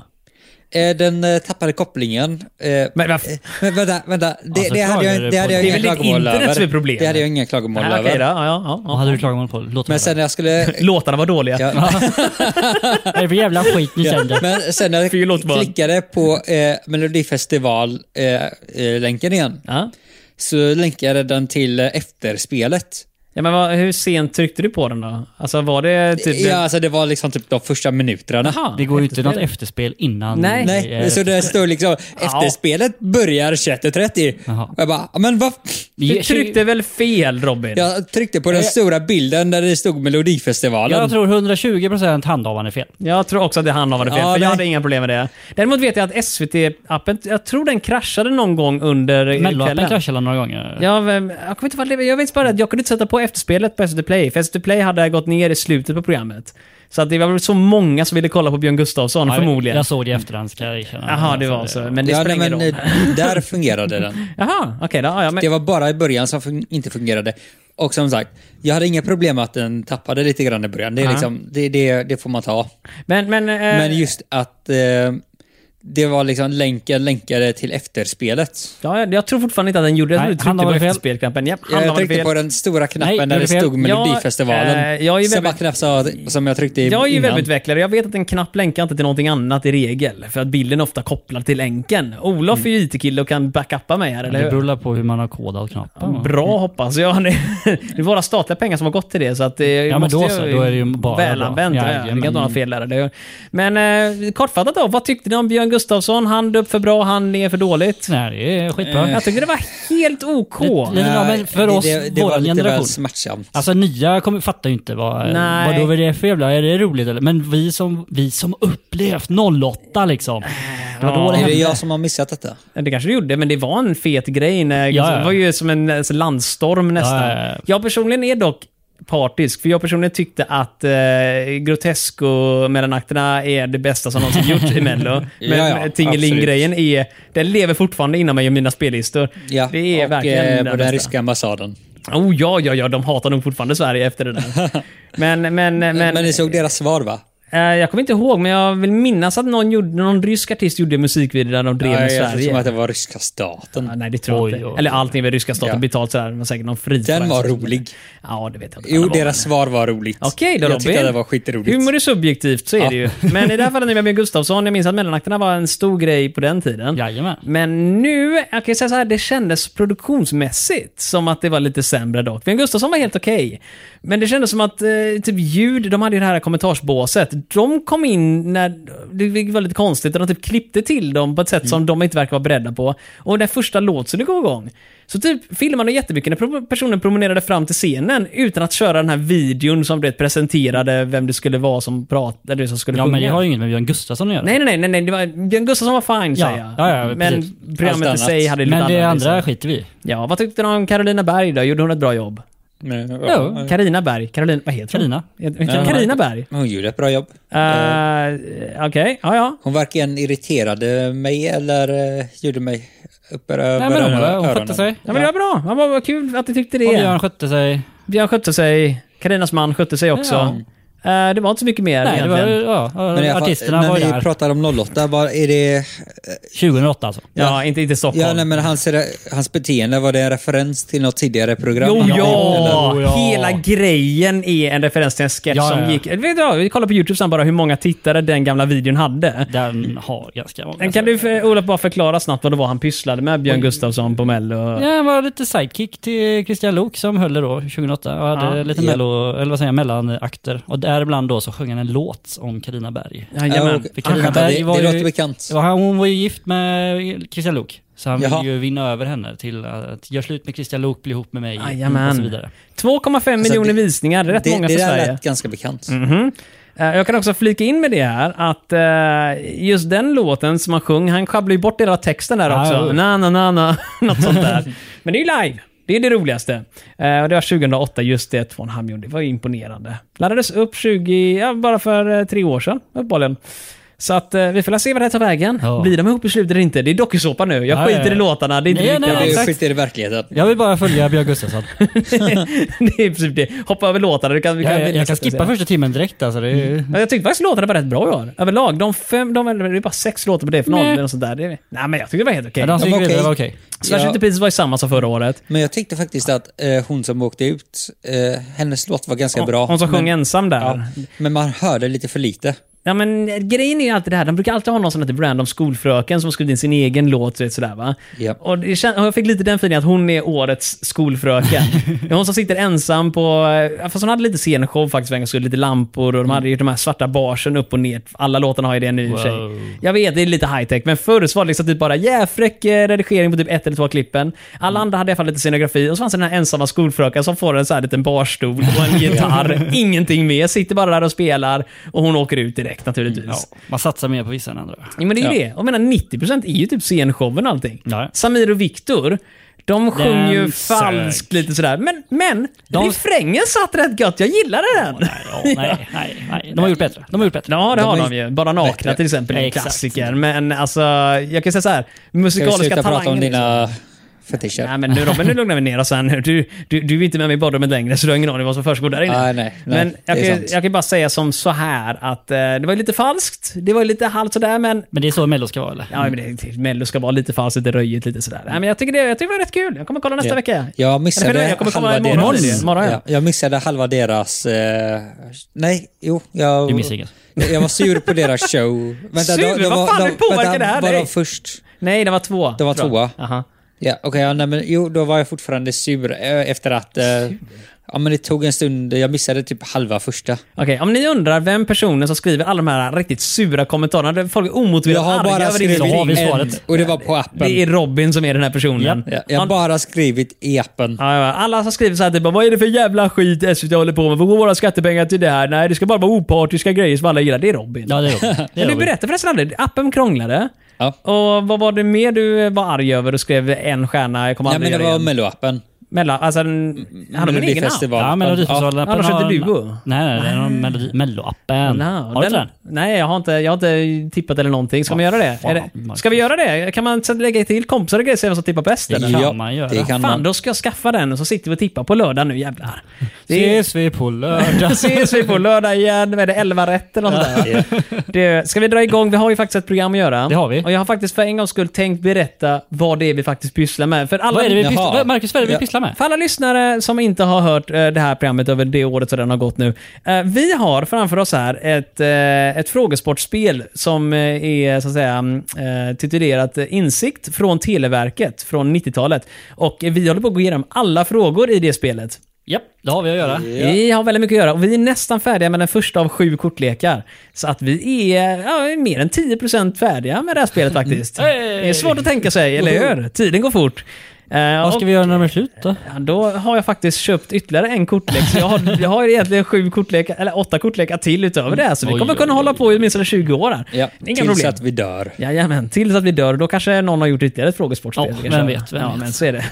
Speaker 3: Eh, Den eh, tappade kopplingen. eh,
Speaker 2: Men vad...
Speaker 3: eh, Men vänta, vänta. Det,
Speaker 1: Alltså,
Speaker 3: det hade
Speaker 1: klagar
Speaker 3: jag,
Speaker 1: du
Speaker 3: det hade
Speaker 1: på
Speaker 3: jag
Speaker 1: det?
Speaker 2: Det
Speaker 3: inga
Speaker 2: är väl
Speaker 3: klagomål
Speaker 2: internet som är
Speaker 3: över.
Speaker 2: problemet?
Speaker 3: Det hade jag inga klagomål
Speaker 2: Nej, Okej då,
Speaker 3: över.
Speaker 2: ja, ja,
Speaker 1: Vad
Speaker 2: ja.
Speaker 1: hade du klagomål på? Låt
Speaker 3: Men sen när
Speaker 2: *laughs*
Speaker 3: jag skulle...
Speaker 2: Låtarna var dåliga.
Speaker 3: Ja,
Speaker 1: Vad är det för jävla skit
Speaker 2: *laughs*
Speaker 1: ni sänder?
Speaker 3: men sen när
Speaker 2: Fel åt
Speaker 3: jag
Speaker 2: barn.
Speaker 3: klickade på eh, Melodifestival-länken igen
Speaker 2: Ja.
Speaker 3: så länkade den till eh, efterspelet.
Speaker 2: Ja, men vad, hur sent tryckte du på den då? Alltså var det typ...
Speaker 3: Ja, alltså det var liksom typ de första minuterna.
Speaker 2: Jaha,
Speaker 1: Det går ju inte något
Speaker 2: efterspel.
Speaker 1: efterspel innan.
Speaker 2: Nej.
Speaker 1: eh,
Speaker 3: Nej, så det står liksom efterspelet börjar 21.30.
Speaker 1: Jaha.
Speaker 3: Och jag bara, "Ja, men vad? f-?"
Speaker 2: Du tryckte väl fel Robin?
Speaker 3: Jag tryckte på den stora bilden där det stod Melodifestivalen.
Speaker 1: Jag tror 120% handhavande är fel.
Speaker 2: Jag tror också att det handlar om det fel,
Speaker 3: Ja,
Speaker 2: för jag
Speaker 3: nej.
Speaker 2: hade inga problem med det. Däremot vet jag att SVT-appen, jag tror den kraschade någon gång under eh,
Speaker 1: Melloappen
Speaker 2: kvällen.
Speaker 1: kraschade några gånger.
Speaker 2: Ja, vem- jag kommer inte ihåg vad det- Jag vet bara att jag kunde inte sätta på efterspelet på SVT Play, för SVT Play hade gått ner i slutet på programmet. Så att det var väl så många som ville kolla på Björn Gustafsson
Speaker 1: Ja, jag-
Speaker 2: förmodligen.
Speaker 1: Jag såg det i efterhand, ska jag erkänna.
Speaker 2: Jaha, det var så. Men det
Speaker 3: Ja,
Speaker 2: spelar
Speaker 3: nej,
Speaker 2: ingen
Speaker 3: men
Speaker 2: roll.
Speaker 3: eh, där fungerade den.
Speaker 2: Jaha, okej. då, ja, men,
Speaker 3: Det var bara i början som fun- inte fungerade. Och som sagt, jag hade inga problem med att den tappade lite grann i början. Det, är
Speaker 2: Ja.
Speaker 3: liksom, det, det, det får man ta.
Speaker 2: men, men, eh,
Speaker 3: Men just att eh, det var liksom länken länkade till efterspelet.
Speaker 2: ja, jag- jag tror fortfarande inte att den gjorde det. Jag
Speaker 1: Nej,
Speaker 2: tror du
Speaker 1: han
Speaker 2: tryckte
Speaker 1: har
Speaker 2: på
Speaker 1: väl fel.
Speaker 2: efterspelknappen. Japp, han
Speaker 3: Jag,
Speaker 2: har väl
Speaker 3: tryckte
Speaker 2: fel.
Speaker 3: på den stora knappen
Speaker 1: Nej,
Speaker 3: där det
Speaker 1: det är fel.
Speaker 3: stod
Speaker 2: Ja,
Speaker 3: Melodifestivalen.
Speaker 2: eh, jag är
Speaker 3: Samma
Speaker 2: väldigt-
Speaker 3: knapp som- som jag tryckte
Speaker 2: Jag är ju
Speaker 3: innan.
Speaker 2: webbutvecklare jag vet att en knapp länkar inte till någonting annat i regel. För att bilden är ofta kopplad till länken. Olof är ju IT-kille och kan backuppa mig här, eller
Speaker 1: Mm. Det
Speaker 2: hur?
Speaker 1: beror på Mm. hur man har kodat knappen. va?
Speaker 2: Bra hoppas jag. *laughs* Det är våra statliga pengar som har gått till det. Så att det
Speaker 1: men
Speaker 2: måste
Speaker 1: då så, då är det ju bara
Speaker 2: välanvänt. eh,
Speaker 1: bra.
Speaker 2: Ja,
Speaker 1: Ja,
Speaker 2: ja,
Speaker 1: jajamän.
Speaker 2: men fel där, eller hur? men eh, kortfattat då, vad tyckte ni om Björn Gustafsson? Han upp för bra, han ner för dåligt.
Speaker 1: Nej, det är skitbra.
Speaker 2: Jag tyckte det var helt OK.
Speaker 1: Lite- lite- Ja, men för
Speaker 3: Eh, det,
Speaker 1: oss,
Speaker 3: det, det
Speaker 1: vår
Speaker 3: var lite
Speaker 1: generation.
Speaker 3: väl smärtsamt.
Speaker 1: Alltså nya kommer, fattar ju inte vad,
Speaker 2: Nej.
Speaker 1: vad då är det för jävla, är det roligt eller? Men vi som, vi som upplevt 08 liksom. Det var då
Speaker 2: Ja.
Speaker 1: det
Speaker 3: är det
Speaker 1: hände.
Speaker 3: jag som har missat detta?
Speaker 2: Det kanske det gjorde, men det var en fet grej. När,
Speaker 1: Ja, ja.
Speaker 2: Det var ju som en alltså, landstorm nästan.
Speaker 1: Ja, ja, ja.
Speaker 2: Jag personligen är dock partisk, för jag personligen tyckte att eh, Grotesco mellanakterna är det bästa som någonsin gjorts i Mello. Men
Speaker 3: *laughs* Ja, ja,
Speaker 2: Tingeling-grejen är, den lever fortfarande inom mig och mina spellistor.
Speaker 3: Ja,
Speaker 2: det är
Speaker 3: och,
Speaker 2: verkligen
Speaker 3: eh,
Speaker 2: den
Speaker 3: på
Speaker 2: bästa.
Speaker 3: den ryska ambassaden.
Speaker 2: Oh ja, ja, ja, de hatar nog fortfarande Sverige efter det
Speaker 3: *laughs*
Speaker 2: där. men, men, men,
Speaker 3: Men, ni såg deras svar va?
Speaker 2: eh, jag kommer inte ihåg, men jag vill minnas att någon, gjorde, någon rysk artist gjorde musikvideo där de drev med
Speaker 3: jag
Speaker 2: Sverige.
Speaker 3: tror att det var ryska staten.
Speaker 2: Ja, nej, det tror
Speaker 1: Oj,
Speaker 2: jag inte.
Speaker 1: oj,
Speaker 2: Eller allting med ryska staten
Speaker 3: Mm. Ja.
Speaker 2: betalt sådär. Det var säkert någon fri.
Speaker 3: Den var rolig.
Speaker 2: Ja, det vet jag inte.
Speaker 3: Jo,
Speaker 2: Den var-
Speaker 3: deras svar var roligt.
Speaker 2: Okej då
Speaker 3: Jag tyckte
Speaker 2: Robin.
Speaker 3: att det var skitroligt.
Speaker 2: Humor är subjektivt, så är det ju. Men i det här fallet när vi var med Gustafsson, jag minns att mellanakterna var en stor grej på den tiden.
Speaker 1: Jajamän.
Speaker 2: Men nu, jag kan ju säga så här, det kändes produktionsmässigt som att det var lite sämre dock. Björn Gustafsson var helt okej. Men det kändes som att eh, typ ljud, de hade ju det här kommentarsbåset. De kom in när, det var lite konstigt, och de typ klippte till dem på ett sätt
Speaker 1: Mm.
Speaker 2: som de inte verkar vara beredda på. Och den första låt skulle gå igång. Så typ filmade jättemycket när pro- personen promenerade fram till scenen utan att köra den här videon som det presenterade vem det skulle vara som pratade, eller som skulle
Speaker 1: Ja,
Speaker 2: sjunga.
Speaker 1: men det har ju inget med Björn Gustafsson att göra.
Speaker 2: Nej, nej, nej, nej, det var, Björn Gustafsson var fine
Speaker 1: Ja,
Speaker 2: säger jag.
Speaker 1: ja, ja,
Speaker 2: men
Speaker 1: precis.
Speaker 2: programmet i
Speaker 3: Allt
Speaker 2: sig
Speaker 3: annat.
Speaker 2: hade lite
Speaker 1: Men det
Speaker 2: annat,
Speaker 1: andra
Speaker 2: liksom.
Speaker 1: skiter vi i.
Speaker 2: Ja, vad tyckte du om Carolina Berg då? Gjorde hon ett bra jobb?
Speaker 3: Men, ja,
Speaker 1: Jo.
Speaker 2: Carina Berg? Carolina, vad heter hon?
Speaker 1: Carina.
Speaker 2: Carina. Carina Berg?
Speaker 3: Hon gjorde ett bra jobb.
Speaker 2: Eh, Okej, ja, ja.
Speaker 3: Hon varken irriterade mig eller eh, gjorde mig upprörd
Speaker 1: Nej, men hon, hon skötte sig.
Speaker 2: Ja, men det var bra. Ja, vad, vad kul att du tyckte det.
Speaker 1: Och Björn skötte sig.
Speaker 2: Björn skötte sig. Carinas man skötte sig också. Eh, det var inte så mycket mer
Speaker 1: Nej, det var,
Speaker 2: egentligen.
Speaker 1: ja,
Speaker 3: Men i alla fall,
Speaker 1: artisterna var ju
Speaker 3: När
Speaker 1: där.
Speaker 3: vi pratar om 08, bara, är det...
Speaker 1: 2008 alltså.
Speaker 2: Ja, inte, inte Stockholm.
Speaker 3: Ja, nej, men hans, hans beteende, var det en referens till något tidigare program?
Speaker 2: Jo,
Speaker 3: Han-
Speaker 2: ja.
Speaker 1: Jo, ja.
Speaker 2: Hela grejen är en referens till en sketch
Speaker 1: Ja, ja,
Speaker 2: som
Speaker 1: ja.
Speaker 2: gick... Vet du, vad, vi kollar på YouTube sen bara hur många tittare den gamla videon hade.
Speaker 1: Den har ganska många.
Speaker 2: Kan du, för- Olof, bara förklara snabbt vad det var han pysslade med, Björn Gustafsson på Mello?
Speaker 1: Ja, han var lite sidekick till Christian Lok som höll det då 2008 och hade
Speaker 2: Ja.
Speaker 1: lite
Speaker 3: Ja.
Speaker 1: mello, eller vad säger jag, mellanakter. Och däribland då så sjöng han en låt om Carina Berg.
Speaker 3: Ja,
Speaker 2: Jajamän.
Speaker 3: och,
Speaker 1: Vilken
Speaker 3: Anna,
Speaker 1: Berg
Speaker 3: det,
Speaker 1: var
Speaker 3: det
Speaker 1: ju-
Speaker 3: låter bekant.
Speaker 1: Det var, han- hon var ju gift med Christian Lok så han
Speaker 3: Jaha.
Speaker 1: ville ju vinna över henne till att göra slut med Christian Lok, bli ihop med mig och så
Speaker 2: Jajamän.
Speaker 1: vidare.
Speaker 2: 2,5 miljoner visningar, rätt
Speaker 3: det,
Speaker 2: många
Speaker 3: det
Speaker 2: för
Speaker 3: där
Speaker 2: Sverige.
Speaker 3: lät ganska bekant.
Speaker 2: Mhm. Eh, Jag kan också flika in med det här att eh, just den låten som han sjöng, han sjabblade ju bort hela texten där
Speaker 1: Ah,
Speaker 2: också.
Speaker 1: jo.
Speaker 2: Na, na,
Speaker 1: *laughs*
Speaker 2: na, na. Något sånt där. Men det är ju live. Det är det roligaste. Eh, och det var 2008, just det, två och en halv miljon. Det var ju imponerande. Laddades upp 20, ja, bara för eh, tre år sedan, uppenbarligen. Så att eh, vi får väl se vad det här tar vägen.
Speaker 1: Ja.
Speaker 2: Blir de ihop i slutet eller inte? Det är dokusåpa nu. Jag
Speaker 1: Ja,
Speaker 2: skiter
Speaker 1: ja, ja.
Speaker 2: i låtarna. Det är inte
Speaker 1: Nej,
Speaker 2: viktigt.
Speaker 1: nej,
Speaker 2: *laughs*
Speaker 3: Det
Speaker 1: exakt.
Speaker 3: skiter i verkligheten.
Speaker 1: Jag vill bara följa Björn Gustafsson. jag,
Speaker 2: det är i princip det. Hoppa över låtarna. Du kan, vi kan,
Speaker 1: jag, jag kan skippa första timmen direkt alltså. Det är, ju-
Speaker 2: Ja, Jag tyckte faktiskt låtarna var rätt bra i år. Överlag. De fem, de, det är bara sex låtar på det från
Speaker 1: Nej.
Speaker 2: åldern och sådär. Det är- Nej men jag tyckte det var helt okej.
Speaker 1: ja, de som
Speaker 3: Ja,
Speaker 1: gick
Speaker 3: men
Speaker 1: vidare
Speaker 3: okej.
Speaker 1: var okej.
Speaker 2: Smash
Speaker 3: Ja.
Speaker 2: Into Pieces var ju samma som förra året.
Speaker 3: Men jag tyckte faktiskt att eh, hon som åkte ut, eh, hennes låt var ganska bra.
Speaker 2: Hon som sjöng
Speaker 3: men,
Speaker 2: ensam där. Ja.
Speaker 3: men man hörde lite för lite.
Speaker 2: men eh, grejen är ju alltid det här, de brukar alltid ha någon sån här typ random skolfröken som har skrivit in sin egen låt och sådär va.
Speaker 3: Ja.
Speaker 2: Och, det kän- och jag fick lite den feelingen att hon är årets
Speaker 1: *laughs*
Speaker 2: skolfröken. Det är hon som sitter ensam på, ja, fast hon hade lite scenshow faktiskt för en gångs skull, lite lampor
Speaker 1: Mm.
Speaker 2: och de hade ju de här svarta barsen upp och ner. Alla låtarna har ju det nu i och för sig.
Speaker 1: Wow.
Speaker 2: Jag vet, det är lite high tech, men förr så var det liksom typ bara jävfräck eh, redigering på typ ett eller två klippen. Alla
Speaker 1: Mm.
Speaker 2: andra hade i alla fall lite scenografi och så fanns det den här ensamma skolfröken
Speaker 1: *laughs*
Speaker 2: som får en så här liten barstol och en gitarr. Ingenting mer. Sitter bara där och spelar och hon åker ut direkt. direkt naturligtvis.
Speaker 1: Ja, man satsar mer på vissa än
Speaker 2: *laughs*
Speaker 1: andra.
Speaker 2: Ja, men det är ju det. Jag menar, 90% är ju typ scenshowen och allting.
Speaker 1: Ja.
Speaker 2: Samir och Viktor, de sjöng ju
Speaker 1: Den sög.
Speaker 2: falskt lite sådär. Men, men
Speaker 1: De-
Speaker 2: refrängen satt rätt gött. Jag gillade den.
Speaker 1: Ja, nej, nej, nej. De har gjort bättre. De har gjort bättre.
Speaker 2: Ja, det
Speaker 3: De
Speaker 2: har
Speaker 3: är
Speaker 2: de ju. Bara nakna
Speaker 3: bättre.
Speaker 2: till exempel är en
Speaker 1: Exakt.
Speaker 2: klassiker. Men alltså, jag kan säga så här.
Speaker 3: Ska vi
Speaker 2: Musikaliska
Speaker 3: sluta prata om
Speaker 2: talanger. liksom.
Speaker 3: dina fetischer?
Speaker 2: Nej, men nu Robin, nu lugnar vi ner oss här nu. Du, du, du är inte med mig i badrummet längre, så du har ingen aning vad som försiggår där inne.
Speaker 3: Nej, nej, nej,
Speaker 2: men jag
Speaker 3: det är
Speaker 2: kan,
Speaker 3: sant.
Speaker 2: jag kan bara säga som så här att eh, det var ju lite falskt. Det var ju lite halvt sådär, men
Speaker 1: Men det är så Mello ska vara eller?
Speaker 2: Ja, men det, det- Mello ska vara lite falskt, lite röjigt, lite sådär. Nej, men jag tycker, det, jag tycker det var rätt kul. Jag kommer kolla nästa
Speaker 3: Ja.
Speaker 2: vecka.
Speaker 3: Jag missade
Speaker 2: Eller, jag kommer komma
Speaker 3: halva
Speaker 2: imorgon.
Speaker 3: deras...
Speaker 2: Imorgon, ja.
Speaker 3: ja. Jag missade halva deras... Eh, nej, jo. Jag,
Speaker 1: Du missar inget.
Speaker 3: jag, jag var sur på deras show. Vänta,
Speaker 2: Sur? Vad fan, det påverkar
Speaker 3: vänta,
Speaker 2: det här
Speaker 3: Var
Speaker 2: dig?
Speaker 3: de först?
Speaker 2: Nej, det var två.
Speaker 3: Det var
Speaker 2: tror jag.
Speaker 3: tvåa.
Speaker 2: Aha.
Speaker 3: Ja, okej. ja, nej, men jo, då var jag fortfarande sur eh, efter att... Eh, ja, men det tog en stund. Jag missade typ halva första.
Speaker 2: Okej, om ni undrar vem personen som skriver alla de här riktigt sura kommentarerna, där folk är
Speaker 3: Jag
Speaker 2: omotiverat
Speaker 3: har
Speaker 2: arga
Speaker 3: bara
Speaker 2: över din
Speaker 3: skrivit
Speaker 1: har vi
Speaker 2: ring.
Speaker 1: svaret.
Speaker 3: en. Och det var på appen.
Speaker 2: Det är Robin som är den här personen.
Speaker 3: Ja, jag har
Speaker 2: Han-
Speaker 3: bara skrivit i appen.
Speaker 2: Ja, ja, alla som skriver så här typ vad är det för jävla skit SVT håller på med? Får gå våra skattepengar till det här? Nej, det ska bara vara opartiska grejer som alla gillar. Det är Robin.
Speaker 1: Ja, det
Speaker 2: *laughs*
Speaker 1: är Robin. Det är
Speaker 2: Men du
Speaker 1: Robin.
Speaker 2: berättade förresten aldrig, appen krånglade.
Speaker 3: Ja.
Speaker 2: Och vad var det mer du var arg över och skrev en stjärna, jag kommer
Speaker 3: Nej,
Speaker 2: aldrig
Speaker 3: men det
Speaker 2: göra det
Speaker 3: var
Speaker 2: igen?
Speaker 3: Mello-appen.
Speaker 2: Mellan, alltså
Speaker 1: Mm,
Speaker 2: en, han har väl ingen app?
Speaker 1: Ja, Melodifestivalen.
Speaker 2: Ja, de körde Duo.
Speaker 1: Nej, nej, det är någon melodi... Mello-appen.
Speaker 2: No,
Speaker 1: har du inte den?
Speaker 2: Nej, jag har, inte, jag har inte tippat eller någonting. Ska man göra det?
Speaker 1: fan,
Speaker 2: Är det
Speaker 1: Marcus.
Speaker 2: ska vi göra det? Kan man sen lägga till kompisar och grejer och se vem som tippar bäst? Eller?
Speaker 1: kan
Speaker 3: Ja,
Speaker 1: man göra.
Speaker 3: Det kan
Speaker 2: Fan,
Speaker 3: man.
Speaker 2: då ska jag skaffa den och så sitter vi och tippar på lördag nu jävlar. Det är,
Speaker 1: Ses vi på lördag.
Speaker 2: *laughs* ses vi på lördag igen med det 11 rätt eller något
Speaker 1: *laughs*
Speaker 2: sånt där. Det, ska vi dra igång? Vi har ju faktiskt ett program att göra.
Speaker 1: Det har vi.
Speaker 2: Och jag har faktiskt för en gångs skull tänkt berätta vad det är vi faktiskt pysslar med. För
Speaker 1: *laughs*
Speaker 2: alla,
Speaker 1: Vad är det vi
Speaker 3: Jaha.
Speaker 1: pysslar med? Marcus, vad är det vi
Speaker 3: Ja.
Speaker 1: pysslar med?
Speaker 2: för alla lyssnare som inte har hört eh, det här programmet över det året som redan har gått nu. eh, Vi har framför oss här ett, eh, ett frågesportspel som eh, är så att säga mm, eh, titulerat eh, Insikt från Televerket från 90-talet. Och eh, vi håller på att gå igenom alla frågor i det spelet.
Speaker 1: Japp, det har vi att göra.
Speaker 2: Vi har väldigt mycket att göra och vi är nästan färdiga med den första av sju kortlekar. Så att vi är ja, mer än 10% färdiga med det här spelet faktiskt. Det är svårt att tänka sig, eller hur? Tiden går fort. Eh,
Speaker 1: Vad ska vi göra när de är slut då?
Speaker 2: Ja, Då har jag faktiskt köpt ytterligare en kortlek. Så jag har, jag har egentligen sju kortlekar, eller åtta kortlekar till utöver det. här. Så vi
Speaker 1: Oj,
Speaker 2: kommer
Speaker 1: oj,
Speaker 2: kunna
Speaker 1: oj.
Speaker 2: hålla på i åtminstone 20 år här.
Speaker 3: Ja,
Speaker 2: *laughs* Inga
Speaker 3: tills
Speaker 2: problem.
Speaker 3: att vi dör.
Speaker 2: Jajamän, tills att vi dör. Då kanske någon har gjort ytterligare ett frågesportspel.
Speaker 1: Ja,
Speaker 2: kanske.
Speaker 1: vem vet, vem
Speaker 2: ja,
Speaker 1: vet.
Speaker 2: men så är det.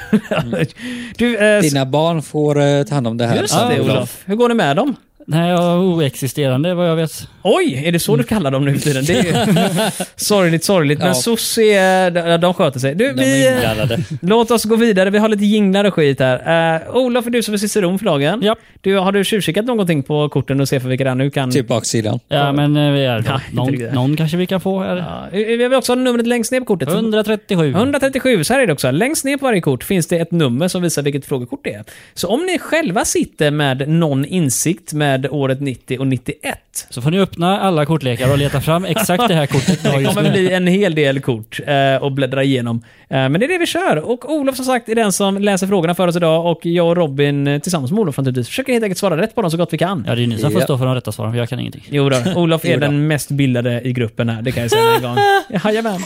Speaker 2: *laughs* du, eh,
Speaker 3: Dina barn får eh, ta hand om det här.
Speaker 2: just det
Speaker 1: Ja, Olof.
Speaker 2: Olof. Hur går det med dem?
Speaker 1: Nej, jag är oexisterande vad jag vet.
Speaker 2: Oj, är det så du kallar dem nu för tiden? Det är ju
Speaker 1: *laughs*
Speaker 2: sorgligt, sorgligt. Men
Speaker 3: Ja.
Speaker 2: sosse, eh, de, de sköter sig. Du,
Speaker 3: De
Speaker 2: vi,
Speaker 3: är
Speaker 2: eh,
Speaker 3: inblandade.
Speaker 2: låt oss gå vidare. Vi har lite jinglar och skit här. Uh, Olof, är du som är ciceron för dagen.
Speaker 1: Ja.
Speaker 2: Du, har du tjuvkikat någonting på korten och ser för vilka det är nu kan...
Speaker 3: Typ baksidan.
Speaker 1: Ja, men eh, vi är
Speaker 2: Nej,
Speaker 1: då.
Speaker 2: inte riktigt.
Speaker 1: Någon, någon kanske vi kan få här.
Speaker 2: Ja, vi har också numret längst ner på kortet.
Speaker 1: 137.
Speaker 2: 137, så här är det också. Längst ner på varje kort finns det ett nummer som visar vilket frågekort det är. Så om ni själva sitter med någon insikt med året 90 och 91,
Speaker 1: Så får ni öppna alla kortlekar och leta fram exakt *laughs* det här kortet ni har
Speaker 2: Det
Speaker 1: just
Speaker 2: kommer
Speaker 1: nu.
Speaker 2: bli en hel del kort eh, och bläddra igenom. Eh, men det är det vi kör. Och Olof som sagt är den som läser frågorna för oss idag och jag och Robin eh, tillsammans med Olof naturligtvis försöker helt enkelt svara rätt på dem så gott vi kan.
Speaker 1: Ja, det är ni som får
Speaker 3: Ja.
Speaker 1: stå för de rätta svaren, för jag kan ingenting.
Speaker 2: Jo då, Olof är
Speaker 3: Jo då.
Speaker 2: den mest bildade i gruppen här, det kan jag säga en gång. Jajamän.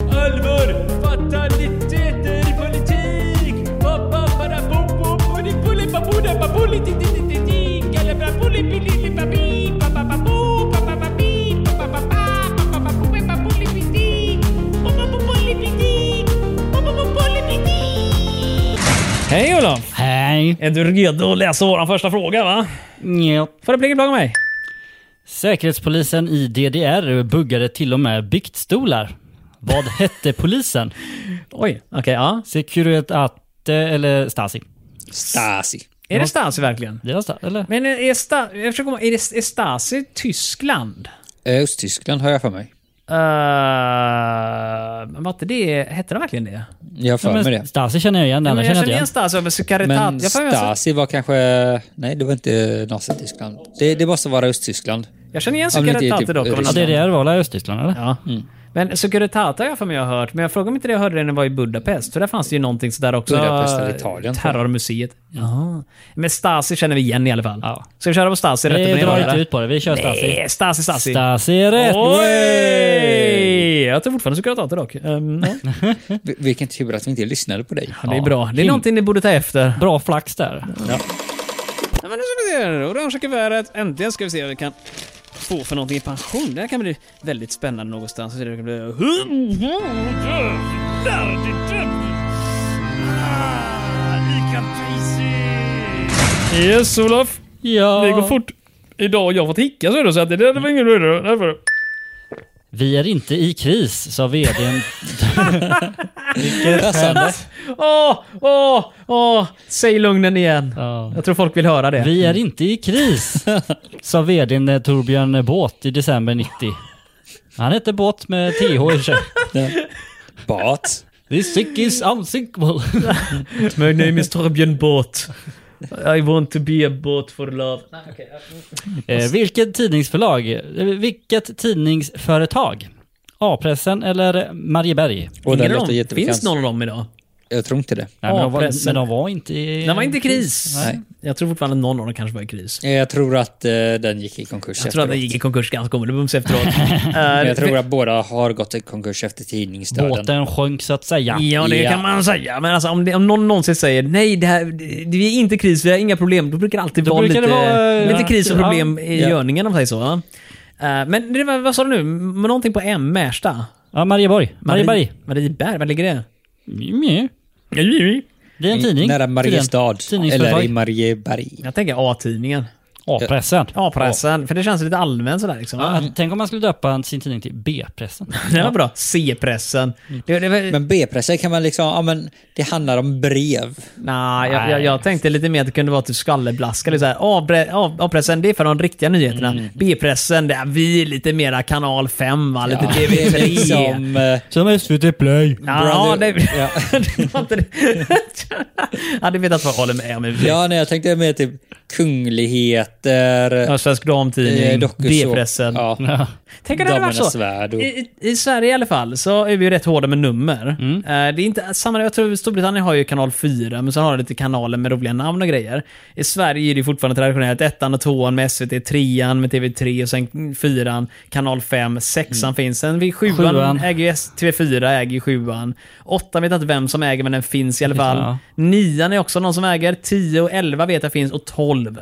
Speaker 2: Allvar, fataliteter, politik, Hej Olof!
Speaker 1: Hej.
Speaker 2: Är du redo att läsa vår första fråga va?
Speaker 1: Nja.
Speaker 2: Får du plinga planga mig?
Speaker 1: Säkerhetspolisen i DDR buggade till och med biktstolar.
Speaker 2: *laughs*
Speaker 1: Vad hette polisen?
Speaker 2: Oj, okej ja.
Speaker 1: Securitate eller Stasi?
Speaker 3: Stasi.
Speaker 2: Är det Stasi verkligen?
Speaker 1: Det var Stasi, eller?
Speaker 2: Men är, är, sta, jag försöker komma, är, det, är Stasi Tyskland?
Speaker 3: Eh, Östtyskland har jag för mig.
Speaker 2: Uh, men var inte Eh, det... Hette det verkligen det?
Speaker 3: Jag har för mig det.
Speaker 1: Stasi känner jag igen, det
Speaker 2: Men
Speaker 1: andra känner
Speaker 2: jag
Speaker 1: jag
Speaker 2: känner
Speaker 1: inte igen.
Speaker 2: igen Stasi över Securitat.
Speaker 3: Men
Speaker 2: Jag, får- jag,
Speaker 3: Stasi var kanske... Nej, det var inte Nazityskland. Det, det måste vara Östtyskland.
Speaker 2: jag känner igen
Speaker 3: Ja, men det är
Speaker 2: Securitat
Speaker 3: typ
Speaker 2: dock. av en
Speaker 1: Ja,
Speaker 3: Ryssland.
Speaker 2: anledning.
Speaker 1: DDR var väl Östtyskland, eller?
Speaker 2: Ja. Men Securitat har jag för mig jag har hört, men jag frågar om inte det jag hörde det när jag var i Budapest. För där fanns det ju någonting sådär också.
Speaker 3: Budapest eller Italien, tror jag.
Speaker 2: Terrormuseet. Jaha. Men Stasi känner vi igen i alla fall.
Speaker 1: Ja.
Speaker 2: Ska vi köra på Stasi? rätt upp och
Speaker 1: Vi
Speaker 2: ner
Speaker 1: drar
Speaker 2: bara,
Speaker 1: inte
Speaker 2: eller?
Speaker 1: ut på det, vi kör Stasi.
Speaker 2: Nej, Stasi, Stasi.
Speaker 1: Stasi är rätt!
Speaker 2: Oj! Jag tror fortfarande Securitat dock. Ehm, ja.
Speaker 3: Vi- Vilken tur att vi inte lyssnade på dig.
Speaker 2: Ja, det är bra. Det är någonting ni borde ta efter.
Speaker 1: Bra flax där.
Speaker 2: Ja, men nu ska vi se. här. Orange kuvertet. Äntligen ska vi se om vi kan få för någonting i pension? Det här kan bli väldigt spännande någonstans. Så det kan bli... Mm. Yes, Olof.
Speaker 1: Ja.
Speaker 2: Det går fort. Idag har jag fått hicka så är det så att det där var ingen röra. Därför.
Speaker 1: Vi är inte i kris, sa
Speaker 2: *laughs*
Speaker 1: vdn. Vilket
Speaker 3: Passande.
Speaker 1: skämt.
Speaker 2: Åh, åh, åh. Säg lugnen igen.
Speaker 1: Ja.
Speaker 2: Jag tror folk vill höra det.
Speaker 1: Vi är inte i kris, sa vdn eh, Torbjörn Båt i december 90. Han hette Båt med TH i och för sig.
Speaker 2: *laughs*
Speaker 3: Bat.
Speaker 1: This sick is unsinkable.
Speaker 2: My name is Torbjörn Båt. I want to be a båt for love.
Speaker 1: *laughs* Eh, vilket tidningsförlag? Eh, Vilket tidningsföretag? A-pressen eller Marieberg?
Speaker 3: Och den
Speaker 2: Ingen av
Speaker 3: låter
Speaker 2: dem. Finns
Speaker 3: jättebekant.
Speaker 2: någon av dem idag?
Speaker 3: Jag tror inte det.
Speaker 1: Nej, men, de var,
Speaker 2: A-pressen.
Speaker 1: men de var inte i...
Speaker 2: Den var inte i kris.
Speaker 3: Nej.
Speaker 2: Jag tror fortfarande någon av dem kanske var i kris.
Speaker 3: Jag tror att eh, den gick i konkurs
Speaker 2: Jag tror att den
Speaker 3: efteråt.
Speaker 2: gick i konkurs ganska omedelbums efteråt. Eh,
Speaker 3: Men *laughs* jag tror att båda har gått i konkurs efter tidningsdöden.
Speaker 1: Båten sjönk så att säga.
Speaker 2: Ja, det
Speaker 3: Ja.
Speaker 2: kan man säga. Men alltså, om, det, om någon någonsin säger nej, det här, det, det är inte kris, vi har inga problem. Då brukar det alltid
Speaker 1: Då
Speaker 2: vara,
Speaker 1: brukar det
Speaker 2: lite,
Speaker 1: vara, eh,
Speaker 2: lite
Speaker 1: ja.
Speaker 2: kris och
Speaker 1: Ja.
Speaker 2: problem i
Speaker 3: Ja.
Speaker 2: görningen om man säger så. va? Eh, men det var, vad sa du nu? Men någonting på M, Märsta?
Speaker 1: Ja, Marieborg. Marieberg.
Speaker 2: Marieberg, var ligger det?
Speaker 1: Mm. Det är en
Speaker 3: I-
Speaker 1: tidning.
Speaker 3: Nära Mariestad. Eller
Speaker 1: Tidningsföretag.
Speaker 3: i Marieberg.
Speaker 2: Jag tänker A-tidningen.
Speaker 1: A-pressen.
Speaker 2: A-pressen, för det känns lite allmänt sådär liksom.
Speaker 1: Ja, Tänk om man skulle döpa sin tidning till B-pressen.
Speaker 2: Det var bra. C-pressen.
Speaker 1: Mm.
Speaker 2: Det, det, var-
Speaker 3: Men B-pressen kan man liksom, ja men det handlar om brev.
Speaker 2: Nej, jag, jag,
Speaker 1: Nej.
Speaker 2: jag tänkte lite mer att det kunde vara typ skallerblaska. Eller så här, A-pre- A- A-pressen, det är för de riktiga nyheterna.
Speaker 3: Mm.
Speaker 2: B-pressen, det är vi är lite mera kanal 5, va? lite
Speaker 3: det är
Speaker 2: TV3.
Speaker 3: liksom... eh,
Speaker 1: *laughs* Som SVT Play.
Speaker 2: Ja, det,
Speaker 3: Ja.
Speaker 2: *laughs* det var inte det. Jag hade vetat vad jag håller med om. i och för sig.
Speaker 3: ja, nej, jag tänkte mer typ kungligheter,
Speaker 2: Ja, Svensk
Speaker 3: eh,
Speaker 2: Damtidning,
Speaker 3: dokusåp-
Speaker 2: B-pressen.
Speaker 3: Ja.
Speaker 2: Tänk om det hade varit
Speaker 3: Damernas
Speaker 2: så.
Speaker 3: svärd och...
Speaker 2: I, I Sverige i alla fall så är vi ju rätt hårda med nummer. Eh, det är inte samma, jag tror Storbritannien har ju kanal 4, men sen har de lite kanaler med roliga namn och grejer. I Sverige är det ju fortfarande traditionellt ettan och tvåan med SVT, trean med TV3 och sen mm, fyran, kanal 5, sexan finns. Sen vid sjuan,
Speaker 1: Sjuan.
Speaker 2: äger ju S- TV4, äger ju sjuan. Åttan vet jag inte vem som äger, men den finns i alla fall.
Speaker 1: Ja.
Speaker 2: Nian är också någon som äger, 10 och 11 vet jag finns och 12.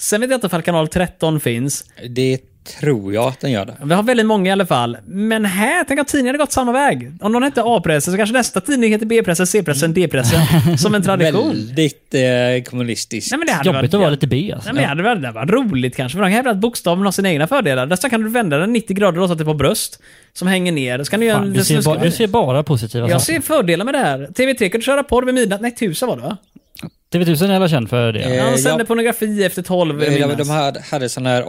Speaker 2: Sen vet jag inte ifall kanal 13 finns.
Speaker 3: Det tror jag att den gör det.
Speaker 2: Vi har väldigt många i alla fall. Men här, tänk om tidningen hade gått samma väg. Om någon hette A-pressen så kanske nästa tidning heter B-pressen, C-pressen,
Speaker 1: Mm.
Speaker 2: D-pressen.
Speaker 1: *laughs*
Speaker 2: Som en tradition.
Speaker 3: Väldigt eh, kommunistiskt.
Speaker 2: Nej, men det hade
Speaker 1: Jobbigt att vara lite B alltså.
Speaker 2: Nej, men det hade varit, det hade varit roligt kanske, för de kan hävda att bokstaven har sina egna fördelar. Dessutom kan du vända den 90 grader och så att det är på bröst. Som hänger ner. Så kan du göra
Speaker 1: Fan,
Speaker 2: en
Speaker 1: du, ser
Speaker 2: liten
Speaker 1: bara, du
Speaker 2: snusk-
Speaker 1: ser bara positiva
Speaker 2: Jag
Speaker 1: saker.
Speaker 2: ser fördelar med det här. TV3 kunde köra porr vid midnatt. Nej, tusen var det va?
Speaker 1: TV1000 är alla känd för det.
Speaker 3: Eh,
Speaker 2: Ja, de sände
Speaker 3: ja.
Speaker 2: pornografi efter
Speaker 1: Eh,
Speaker 2: tolv. vill jag
Speaker 3: De,
Speaker 2: minnas.
Speaker 3: de hade, hade såna här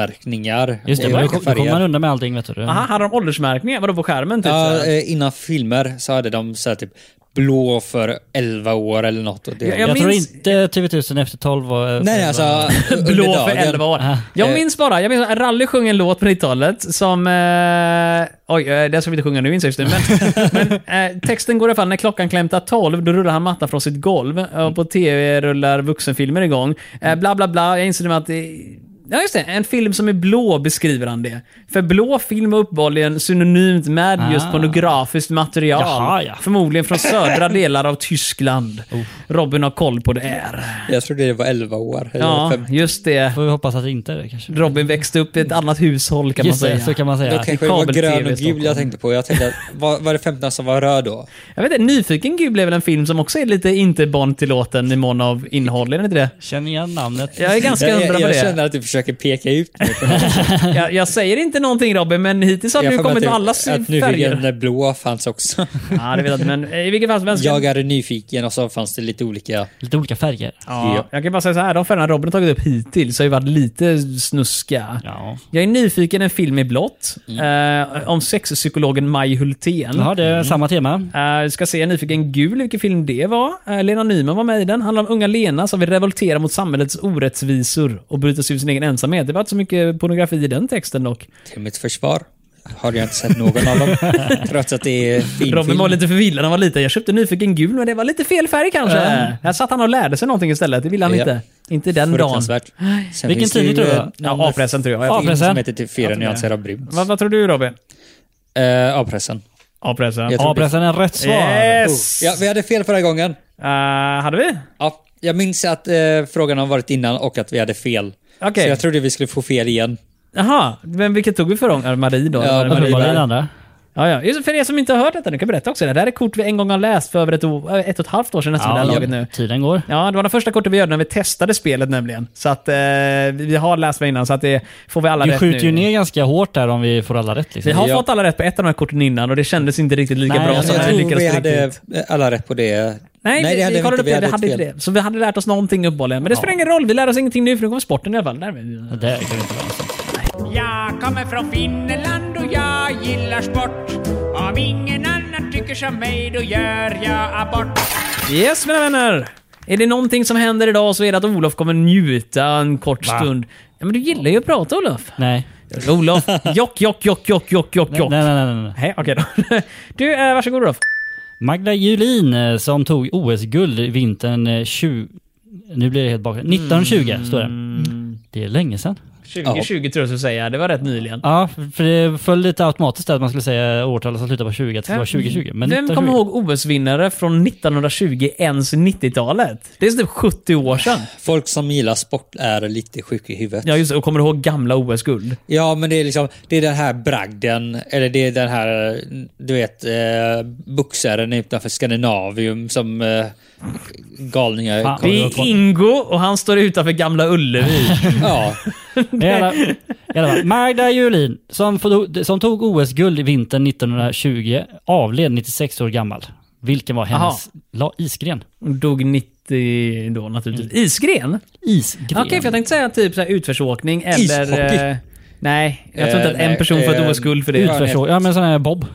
Speaker 3: åldersmärkningar.
Speaker 1: Just det,
Speaker 3: i
Speaker 1: men då
Speaker 3: olika
Speaker 1: kom- då kommer
Speaker 3: färger.
Speaker 1: man undan med allting vet du.
Speaker 2: Aha, hade de åldersmärkningar? Vadå på skärmen typ? så
Speaker 3: Ja,
Speaker 2: här?
Speaker 3: eh, innan filmer så hade de så här typ blå för 11 år eller något. Och det,
Speaker 2: Ja,
Speaker 1: jag
Speaker 2: ja.
Speaker 1: tror
Speaker 2: minns-
Speaker 1: inte TV1000 efter 12 var...
Speaker 3: Nej, nej, alltså...
Speaker 2: *laughs*
Speaker 3: under
Speaker 2: Blå för
Speaker 3: dagen.
Speaker 2: 11 år.
Speaker 1: Ah.
Speaker 2: Jag
Speaker 3: Eh.
Speaker 2: minns bara, jag minns, Rally sjöng en låt på 90-talet som... Eh, oj, eh, det ska vi inte sjunga nu inser jag just nu.
Speaker 1: *laughs*
Speaker 2: Men, men eh, texten går i alla fall, när klockan klämtar 12, då rullar han mattan från sitt golv. eh, Och på tv rullar vuxenfilmer igång. Eh,
Speaker 1: Mm.
Speaker 2: bla, bla, bla. Jag inser nu att... det- Ja, just det. En film som är blå beskriver han det. För blå film är uppenbarligen synonymt med just
Speaker 1: Ah.
Speaker 2: pornografiskt material.
Speaker 1: Jaha, ja. Oh.
Speaker 2: Förmodligen
Speaker 1: *laughs*
Speaker 2: från södra delar av Tyskland. Robin har koll på det här.
Speaker 3: Jag trodde det var 11 år. Eller
Speaker 2: Ja,
Speaker 3: fem.
Speaker 2: just det.
Speaker 1: Får vi hoppas att det inte är det kanske.
Speaker 2: Robin växte upp i ett annat hushåll kan
Speaker 1: Just
Speaker 2: man säga.
Speaker 1: det, så kan man
Speaker 3: Då
Speaker 1: säga.
Speaker 3: kanske det var
Speaker 2: kabel-tv
Speaker 3: grön och
Speaker 2: i Stockholm.
Speaker 3: gul jag tänkte på. Jag tänkte,
Speaker 2: *laughs*
Speaker 3: att, var, var det 15 som var röd då?
Speaker 2: Jag vet inte, Nyfiken gul är väl en film som också är lite inte barntillåten i mån av innehåll, är det inte det?
Speaker 1: Känner igen namnet.
Speaker 2: Jag är ganska
Speaker 3: jag,
Speaker 2: hundra
Speaker 3: jag,
Speaker 2: på
Speaker 3: jag
Speaker 2: det.
Speaker 3: känner att du försöker
Speaker 2: *laughs*
Speaker 3: peka ut mig.
Speaker 2: Jag, jag säger inte någonting Robin, men hittills har
Speaker 3: Jag
Speaker 2: du ju
Speaker 3: får mig
Speaker 2: kommit med
Speaker 3: att du-
Speaker 2: alla
Speaker 3: Att nyfiken
Speaker 2: färger.
Speaker 3: när blå fanns också.
Speaker 2: Ja, det vet *laughs* jag inte, men i vilket fall som helst.
Speaker 3: Jag är nyfiken och så fanns det lite olika.
Speaker 1: Lite olika färger.
Speaker 2: Ja, jag kan bara säga så här, de färgerna Robin har tagit upp hittills har ju varit lite snuska.
Speaker 1: Ja.
Speaker 2: Jag är nyfiken en film i blått, eh, om sexpsykologen Maj Hultén.
Speaker 1: Jaha, det är samma tema.
Speaker 2: Uh, ska se, Mm. jag är nyfiken gul, vilken film det var. Eh, Lena Nyman var med i den. Handlar om unga Lena som vill revoltera mot samhällets orättvisor och bryta sig ur sin egen ensamhet. Det var inte så mycket pornografi i den texten dock.
Speaker 3: Till mitt försvar har jag inte sett någon
Speaker 2: *laughs*
Speaker 3: av dem. Trots att det är fin
Speaker 2: Robin
Speaker 3: film.
Speaker 2: var lite förvillad när han var liten. Jag köpte nyfiken gul, men det var lite fel färg kanske.
Speaker 1: Ja.
Speaker 2: Här satt han och lärde sig någonting istället. Det ville han
Speaker 3: Ja.
Speaker 2: inte. Inte den dagen.
Speaker 3: Fruktansvärt. Sen
Speaker 1: Vilken
Speaker 3: finns det ju,
Speaker 1: tidning tror du
Speaker 3: eh,
Speaker 1: det var?
Speaker 3: någon
Speaker 2: Ja, A-pressen tror
Speaker 1: Ja,
Speaker 2: jag.
Speaker 3: film
Speaker 1: A-pressen.
Speaker 3: Som heter typ fyra nyanser av brunt.
Speaker 2: Vad, vad tror du Robin?
Speaker 3: Eh, A-pressen.
Speaker 2: A-pressen.
Speaker 3: Jag tror-
Speaker 1: A-pressen är rätt svar.
Speaker 2: Yes!
Speaker 3: Ja, vi hade fel förra gången.
Speaker 2: Eh, hade vi?
Speaker 3: Ja, jag minns att eh, frågan har varit innan och att vi hade fel.
Speaker 2: Okej.
Speaker 3: Så jag trodde vi skulle få fel igen.
Speaker 2: Jaha, men vilka tog vi för gång? Ja, Marie då?
Speaker 3: Ja,
Speaker 2: Var det Marie
Speaker 3: Marie.
Speaker 2: där?
Speaker 1: Uppenbarligen andra.
Speaker 2: Ja, ja. Just för er som inte har hört detta nu kan jag berätta också. Det här är kort vi en gång har läst för över ett, o- eh, ett och ett halvt år sedan nästan vid det här laget nu.
Speaker 1: tiden går.
Speaker 2: Ja, det var de första korten vi gjorde när vi testade spelet nämligen. Så att eh, vi har läst det innan, så att det får vi alla
Speaker 1: Vi
Speaker 2: rätt
Speaker 1: skjuter
Speaker 2: nu.
Speaker 1: ju ner ganska hårt där om vi får alla rätt liksom.
Speaker 2: Vi har
Speaker 3: Ja. alltså,
Speaker 2: fått alla rätt på ett av de här korten innan och det kändes inte riktigt lika
Speaker 1: Nej,
Speaker 2: bra
Speaker 1: men
Speaker 2: som
Speaker 3: jag
Speaker 2: vi
Speaker 3: tror
Speaker 2: lyckades
Speaker 3: vi
Speaker 2: på
Speaker 3: hade
Speaker 2: riktigt.
Speaker 3: alla rätt på det.
Speaker 2: Nej, vi, vi, kollade upp det. Vi hade inte det. Så vi hade lärt oss någonting uppehållligen. Men det spelar ingen roll, vi lär oss ingenting nu för nu kommer sporten i alla fall. Där är vi.
Speaker 1: Det där kan ju inte vara något sånt.
Speaker 5: Jag kommer från Finland och jag gillar sport. Om ingen annan tycker som mig då gör jag abort.
Speaker 2: Yes, mina vänner! Är det någonting som händer idag så är det att Olof kommer njuta en kort
Speaker 1: Va?
Speaker 2: stund. Ja, men du gillar ju att prata Olof.
Speaker 1: Nej.
Speaker 2: Olof, jock, jock, jock, jock, jock, jock,
Speaker 1: Nej,
Speaker 2: jock.
Speaker 1: nej, nej, nej. nej.
Speaker 2: Nej, okej då. *laughs* Du, eh, varsågod Olof.
Speaker 1: Magda Julin eh, som tog OS-guld vintern eh, 20... Nu blir det helt bakåt. 1920
Speaker 2: Mm.
Speaker 1: står det. Det är länge sedan.
Speaker 2: 2020 tror jag du säga. Det var rätt nyligen.
Speaker 1: Ja, för- för det föll lite automatiskt där att man skulle säga årtalet som slutar på 20, att det var 2020. Men
Speaker 2: mm. Vem
Speaker 1: 1920.
Speaker 2: kommer ihåg OS-vinnare från 1920 ens 90-talet? Det är typ 70 år sedan.
Speaker 3: Folk som gillar sport är lite sjuka i huvudet.
Speaker 2: Ja, just det. Och kommer ihåg gamla OS-guld.
Speaker 3: Ja, men det är liksom, det är den här bragden, eller det är den här, du vet, eh, boxaren utanför Skandinavium som eh, galningar.
Speaker 1: Fan.
Speaker 3: kommer
Speaker 2: Det
Speaker 1: ihåg
Speaker 2: är
Speaker 1: folk?
Speaker 2: Ingo och han står utanför Gamla Ullevi.
Speaker 3: Ja,
Speaker 1: I alla, i alla fall. Magda Julin som, fo- som tog OS-guld i vintern 1920 avled 96 år gammal. Vilken var hennes la, isgren?
Speaker 2: Hon dog 90 då naturligtvis.
Speaker 1: Mm.
Speaker 2: Isgren?
Speaker 1: Isgren.
Speaker 2: Okej, för jag tänkte säga typ så här utförsåkning eller...
Speaker 3: Ishockey.
Speaker 2: eh, nej, jag tror
Speaker 3: Eh,
Speaker 2: inte att en
Speaker 3: nej,
Speaker 2: person får ett
Speaker 3: eh,
Speaker 2: OS-guld för det.
Speaker 3: utförs-
Speaker 1: Utförså- ja men sån här bob.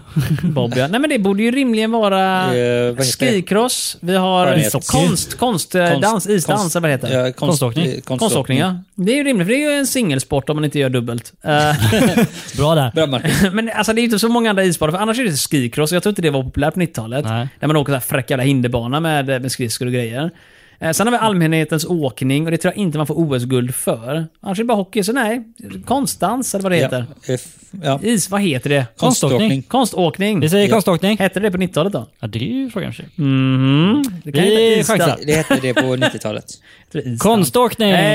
Speaker 2: Bob, ja. Nej men det borde ju rimligen vara
Speaker 3: Eh, vad heter det?
Speaker 2: skicross, vi
Speaker 3: Vad
Speaker 2: har
Speaker 3: heter
Speaker 2: konst,
Speaker 3: det?
Speaker 2: konst, konst, eh,
Speaker 3: Konst-
Speaker 2: dans, isdans
Speaker 3: konst-
Speaker 2: eller vad det heter.
Speaker 3: ja, konst-
Speaker 1: Konståkning.
Speaker 3: eh,
Speaker 2: Konståkning ja. Det är ju rimligt för det är ju en singelsport om man inte gör dubbelt. Eh, *laughs*
Speaker 1: Bra där.
Speaker 3: Bra, Marcus.
Speaker 2: men alltså det är ju inte så många andra isbanor, för annars är det skicross och jag tror inte det var populärt på 90-talet.
Speaker 1: Nej.
Speaker 2: När man åker så här fräcka jävla hinderbana med, eh, med skridskor och grejer. Eh, sen har vi allmänhetens åkning och det tror jag inte man får OS-guld för. Annars är det bara hockey, så nej. Konstdans eller vad *laughs* det heter.
Speaker 3: Ja, eh, f- ja.
Speaker 2: Is, vad heter det?
Speaker 1: Konståkning.
Speaker 3: Konståkning.
Speaker 2: Konståkning.
Speaker 1: Vi säger konståkning.
Speaker 2: Hette det det på 90-talet då?
Speaker 1: Ja, det är ju frågan i och för sig.
Speaker 2: Mhm. Det kan
Speaker 1: Vi
Speaker 2: heta isdans.
Speaker 1: chansar.
Speaker 3: Det hette det på 90-talet.
Speaker 2: Heter det isdans?
Speaker 1: Konståkning!
Speaker 2: Hey!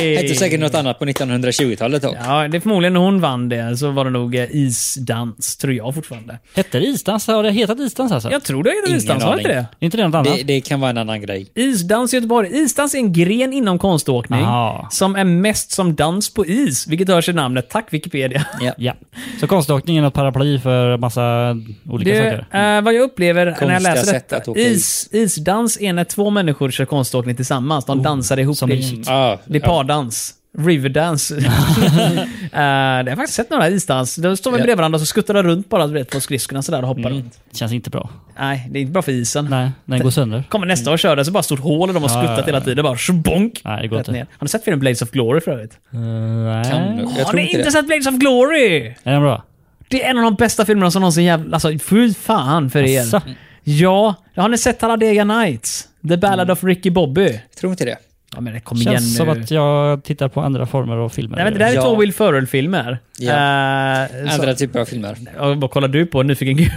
Speaker 3: Det hette säkert något annat på 1920-talet då.
Speaker 2: Ja, det är förmodligen när hon vann det så var det nog eh, isdans, tror jag fortfarande.
Speaker 1: Hette det isdans? Har det hetat isdans alltså?
Speaker 2: Jag tror det är
Speaker 3: Ingen
Speaker 2: isdans, har det inte
Speaker 3: aning.
Speaker 1: Är
Speaker 2: det?
Speaker 1: inte det något annat?
Speaker 3: Det, det kan vara en annan grej.
Speaker 2: Isdans i Göteborg. Isdans är en gren inom konståkning
Speaker 1: Ah.
Speaker 2: som är mest som dans på is, vilket hörs i namnet. Tack Wikipedia.
Speaker 3: Ja.
Speaker 1: Ja. Så konståkning är något paraply för massa olika
Speaker 2: Det,
Speaker 1: saker?
Speaker 2: eh, vad jag upplever när
Speaker 3: Konstiga
Speaker 2: jag läser
Speaker 3: sätt att
Speaker 2: detta.
Speaker 3: åka
Speaker 2: Is, isdans är när två människor kör konståkning tillsammans. De dansar ihop.
Speaker 1: som
Speaker 2: det,
Speaker 1: en-
Speaker 2: är,
Speaker 3: Ah,
Speaker 2: det är
Speaker 3: ja.
Speaker 2: pardans. Riverdance. uh, det har jag faktiskt sett några isdans. De står väl
Speaker 3: Ja.
Speaker 2: bredvid varandra och så skuttar de runt bara du vet, på skridskorna sådär och hoppar runt.
Speaker 1: Känns inte bra.
Speaker 2: Nej, det är inte bra för isen.
Speaker 1: Nej, den går sönder.
Speaker 2: Kommer nästa år köra så bara stort hål och de har
Speaker 1: Ja,
Speaker 2: skuttat
Speaker 1: ja, ja.
Speaker 2: hela tiden. Bara bonk.
Speaker 1: Nej, det går
Speaker 2: rätt
Speaker 1: inte.
Speaker 2: ner. Har ni sett filmen Blades of Glory för övrigt?
Speaker 1: Uh,
Speaker 3: Kan-
Speaker 1: nej.
Speaker 3: Jag
Speaker 2: har
Speaker 3: tror
Speaker 2: ni
Speaker 3: inte
Speaker 2: inte
Speaker 3: det.
Speaker 2: sett Blades of Glory?
Speaker 1: Är den bra?
Speaker 2: Det är en av de bästa filmerna som någonsin jävla... Alltså, fy fan för er.
Speaker 1: Asså?
Speaker 2: Ja, har ni sett Talladega Nights? The Ballad of Ricky Bobby?
Speaker 3: Jag tror inte det.
Speaker 2: Ja, men det kom igen
Speaker 1: Känns som
Speaker 2: nu.
Speaker 1: att jag tittar på andra former av filmer.
Speaker 2: Nej, men det där är
Speaker 3: Ja.
Speaker 2: två Will Ferrell-filmer.
Speaker 3: Ja. Alltså,
Speaker 2: Eh, så-
Speaker 3: Andra typer av filmer.
Speaker 2: Ja, vad kollar du på? Nyfiken gul?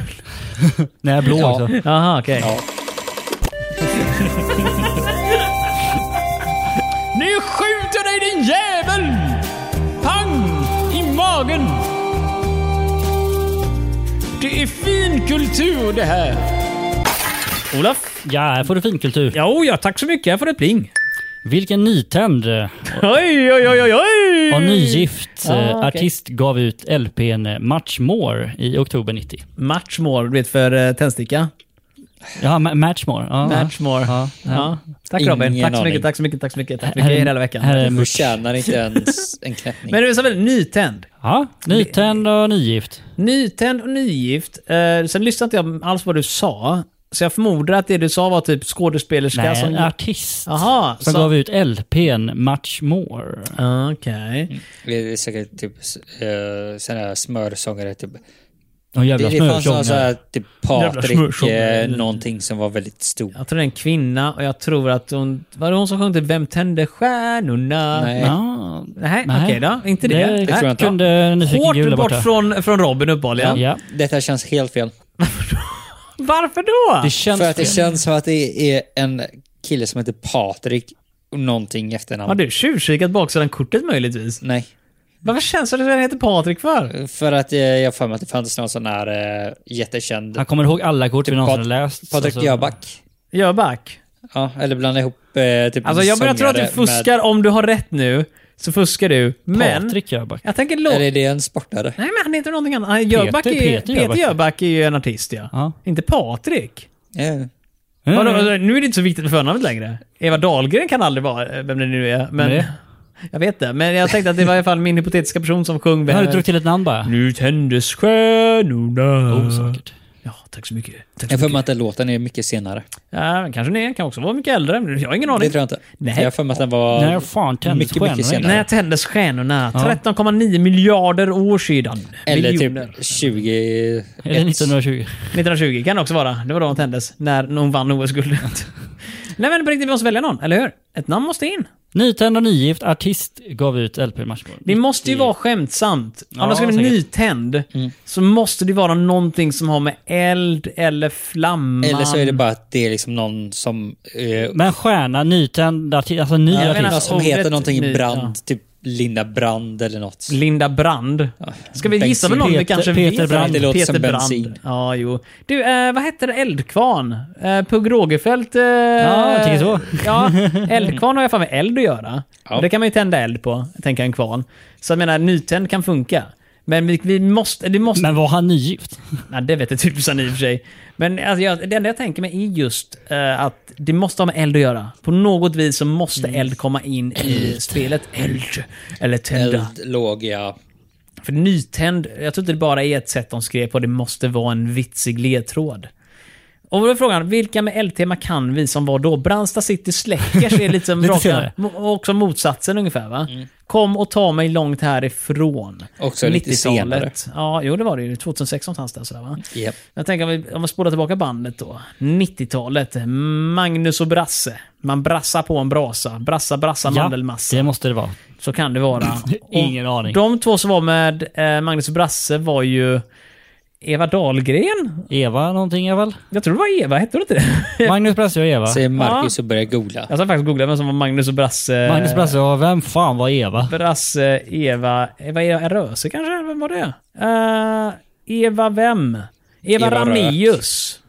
Speaker 1: Nej, blå
Speaker 3: Ja.
Speaker 1: också.
Speaker 2: Jaha, okej.
Speaker 3: Ja.
Speaker 5: Nu skjuter dig din jävel! Pang! I magen! Det är fin kultur det här.
Speaker 2: Olof?
Speaker 1: Ja, här får du finkultur.
Speaker 2: Ja, oh, ja, tack så mycket. Här får du ett pling.
Speaker 1: Vilken nytänd eh,
Speaker 2: Oj, oj, oj, oj, oj!
Speaker 1: och nygift eh,
Speaker 2: Ah, okej.
Speaker 1: artist gav ut LPn eh, Much More i oktober 90.
Speaker 2: Matchmore, du vet för eh, tändsticka.
Speaker 1: Ja, ma- Match More. Ja,
Speaker 2: Matchmore.
Speaker 1: Ja, ja.
Speaker 2: Ja. Tack
Speaker 3: Ingen
Speaker 2: Robin. Tack så
Speaker 3: aning.
Speaker 2: mycket, tack så mycket, tack så mycket. Tack så
Speaker 1: Här
Speaker 2: mycket
Speaker 1: är-
Speaker 2: hela veckan.
Speaker 1: här är-
Speaker 3: Du förtjänar inte
Speaker 1: *laughs*
Speaker 3: ens en knäppning.
Speaker 2: Men du sa väl nytänd?
Speaker 1: ja, nytänd och nygift.
Speaker 2: Nytänd och nygift. Eh, sen lyssnade inte jag alls vad du sa. Så jag förmodar att det du sa var typ skådespelerska
Speaker 1: Nej,
Speaker 2: som...
Speaker 1: en artist
Speaker 2: Aha,
Speaker 1: som
Speaker 2: så-
Speaker 1: gav ut LPn Much More.
Speaker 2: Ah, Okej.
Speaker 3: Det är säkert typ uh, sådana här smörsångare. Typ.
Speaker 1: Någon
Speaker 3: Det,
Speaker 1: jävla
Speaker 3: det fanns någon sån
Speaker 1: smörsångare.
Speaker 3: här typ Patrik
Speaker 2: smörsångare.
Speaker 3: eh, någonting som var väldigt stor.
Speaker 2: Jag tror det är en kvinna och jag tror att hon... Var det hon som sjöng typ Vem tände stjärnorna?
Speaker 3: Nej.
Speaker 1: Ja,
Speaker 2: Nej,
Speaker 1: Nej.
Speaker 2: okej då. Inte det.
Speaker 1: det,
Speaker 3: tror jag
Speaker 2: Nej.
Speaker 3: inte.
Speaker 1: kunde Nyfiken Gul
Speaker 2: Hårt
Speaker 1: där
Speaker 2: bort
Speaker 1: borta.
Speaker 2: från, från Robin
Speaker 1: Ja.
Speaker 2: uppenbarligen.
Speaker 1: ja,
Speaker 3: Detta känns helt fel.
Speaker 2: Varför då?
Speaker 1: det känns
Speaker 3: För att det
Speaker 1: fel.
Speaker 3: känns som att det är en kille som heter Patrik och någonting i efternamn.
Speaker 2: Har du tjuvkikat baksidan kortet möjligtvis?
Speaker 3: Nej.
Speaker 2: Varför känns det som att den heter Patrik för?
Speaker 3: För att eh, jag har för mig att det fanns någon sån här eh, jättekänd...
Speaker 1: Han kommer ihåg alla kort vi någonsin har läst.
Speaker 3: Typ Patrik
Speaker 1: Alltså,
Speaker 3: Jöback.
Speaker 2: Jöback.
Speaker 3: Ja, eller blanda ihop eh, typ
Speaker 2: Alltså
Speaker 3: en
Speaker 2: jag börjar tro att du
Speaker 3: sångare
Speaker 2: fuskar om du har rätt nu. Så fuskar du. Men...
Speaker 1: Patrik Jöback.
Speaker 2: Jag tänker
Speaker 3: Med,
Speaker 2: låt...
Speaker 3: eller är det en sportare?
Speaker 2: Nej men han heter någonting annat. Han- Jöback är ju,
Speaker 1: Peter
Speaker 2: Peter,
Speaker 1: Jöback.
Speaker 2: Jöback är ju en artist ja.
Speaker 1: Ja. Mm.
Speaker 2: Inte Patrik.
Speaker 3: Eh,
Speaker 2: Vadå, alltså, nu är det inte så viktigt med förnamnet längre. Eva Dahlgren kan aldrig vara eh, vem det nu är. Men,
Speaker 1: Nej.
Speaker 2: jag vet det, men jag tänkte att det var i alla fall min hypotetiska person som sjöng.
Speaker 1: Har du
Speaker 2: vem-
Speaker 1: drog till ett namn bara?
Speaker 2: Nu tändes stjärnorna.
Speaker 1: Oh, säkert.
Speaker 2: Ja, tack så mycket. Tack så
Speaker 3: Jag har för mig
Speaker 2: mycket.
Speaker 3: att den låten är mycket senare.
Speaker 2: Ja, men kanske ni kan också vara mycket äldre. men Jag har ingen
Speaker 3: Det
Speaker 2: aning.
Speaker 3: tror jag inte.
Speaker 2: Nej.
Speaker 3: Jag har för mig att den var...
Speaker 1: När fan tändes
Speaker 3: mycket, mycket
Speaker 1: stjärnorna?
Speaker 3: senare.
Speaker 2: När tändes stjärnorna?
Speaker 1: Ja.
Speaker 2: 13,9 miljarder år sedan.
Speaker 3: Eller
Speaker 2: Miljoner.
Speaker 3: typ 20...
Speaker 1: Eller 1920?
Speaker 2: 1920 kan det också vara. Det var då hon tändes. När hon vann
Speaker 3: *laughs*
Speaker 2: OS-guldet. Nej men på riktigt, vi måste välja någon, eller hur? Ett namn måste in.
Speaker 1: Nytänd och nygift artist gav ut LP i mars.
Speaker 2: Det måste ju vara skämtsamt. Om de
Speaker 1: Ja,
Speaker 2: skriver
Speaker 1: säkert.
Speaker 2: nytänd,
Speaker 3: Mm.
Speaker 2: så måste det vara någonting som har med eld eller flamman...
Speaker 3: Eller så är det bara att det är liksom någon som... Eh,
Speaker 1: Men stjärna, nytänd artist, alltså ny
Speaker 2: jag
Speaker 1: artist.
Speaker 2: menar-
Speaker 3: någon som
Speaker 2: ordet
Speaker 3: heter någonting
Speaker 2: ny,
Speaker 3: i Brand.
Speaker 2: ja.
Speaker 3: Typ Linda Brand eller något.
Speaker 2: Linda Brand. Ska vi
Speaker 3: Bensin.
Speaker 2: gissa på någon vi
Speaker 1: Peter-
Speaker 2: kanske
Speaker 1: Peter
Speaker 2: vet?
Speaker 1: Brand.
Speaker 3: Det låter som bensin.
Speaker 2: Ja, jo. Du, eh, vad hette det? Eldkvarn? Eh, Pugh Rogefeldt? Eh, ja,
Speaker 1: jag tycker så.
Speaker 2: Ja, eldkvarn har jag fan med eld att göra.
Speaker 3: Ja.
Speaker 2: Och Det kan man ju tända eld på, tänker jag, en kvarn. Så jag menar, nytänd kan funka. Men vi, vi måste... Det måste
Speaker 1: Men var han nygift?
Speaker 2: Nej, det vet jag tusan i och för sig. Men alltså, jag, det enda jag tänker mig är just eh, att det måste ha med eld att göra. På något vis så måste eld komma in i spelet. Eld. Eller tända.
Speaker 3: Eld, låg, ja.
Speaker 2: För nytänd, jag tror inte det bara är ett sätt de skrev på. Det måste vara en vitsig ledtråd. Och då är frågan, vilka med eldtema kan vi som var då? Brandsta City
Speaker 1: *laughs*
Speaker 2: Släckers är lite som
Speaker 1: Lite
Speaker 2: raka,
Speaker 1: senare.
Speaker 2: mo- också motsatsen ungefär va? Kom och ta mig långt härifrån.
Speaker 3: Mm. Också lite
Speaker 2: 90-talet. Ja, jo det var det ju. 2006 någonstans där sådär va?
Speaker 3: Japp.
Speaker 2: Jag tänker om vi, om vi spolar tillbaka bandet då. 90-talet. Magnus och Brasse. Man brassar på en brasa. Brassa, brassa, mandelmassa.
Speaker 1: det måste det vara.
Speaker 2: Så kan
Speaker 1: *laughs*
Speaker 2: det vara.
Speaker 1: Ingen
Speaker 2: Och
Speaker 1: aning.
Speaker 2: De två som var med eh, Magnus och Brasse var ju Eva Dahlgren.
Speaker 1: Eva någonting är väl?
Speaker 2: Jag tror det var Eva, hette hon inte det? *laughs*
Speaker 1: Magnus Brasse och Eva.
Speaker 3: Säger Marcus och börjar googla.
Speaker 2: Jag ska faktiskt googla vem som var Magnus och Brasse.
Speaker 1: Magnus Brasse och vem fan var Eva?
Speaker 2: Brasse, Eva... Eva, Eva Röse kanske? Vem var det? Eh, Eva vem? Eva,
Speaker 3: Eva Rök.
Speaker 2: Ramius.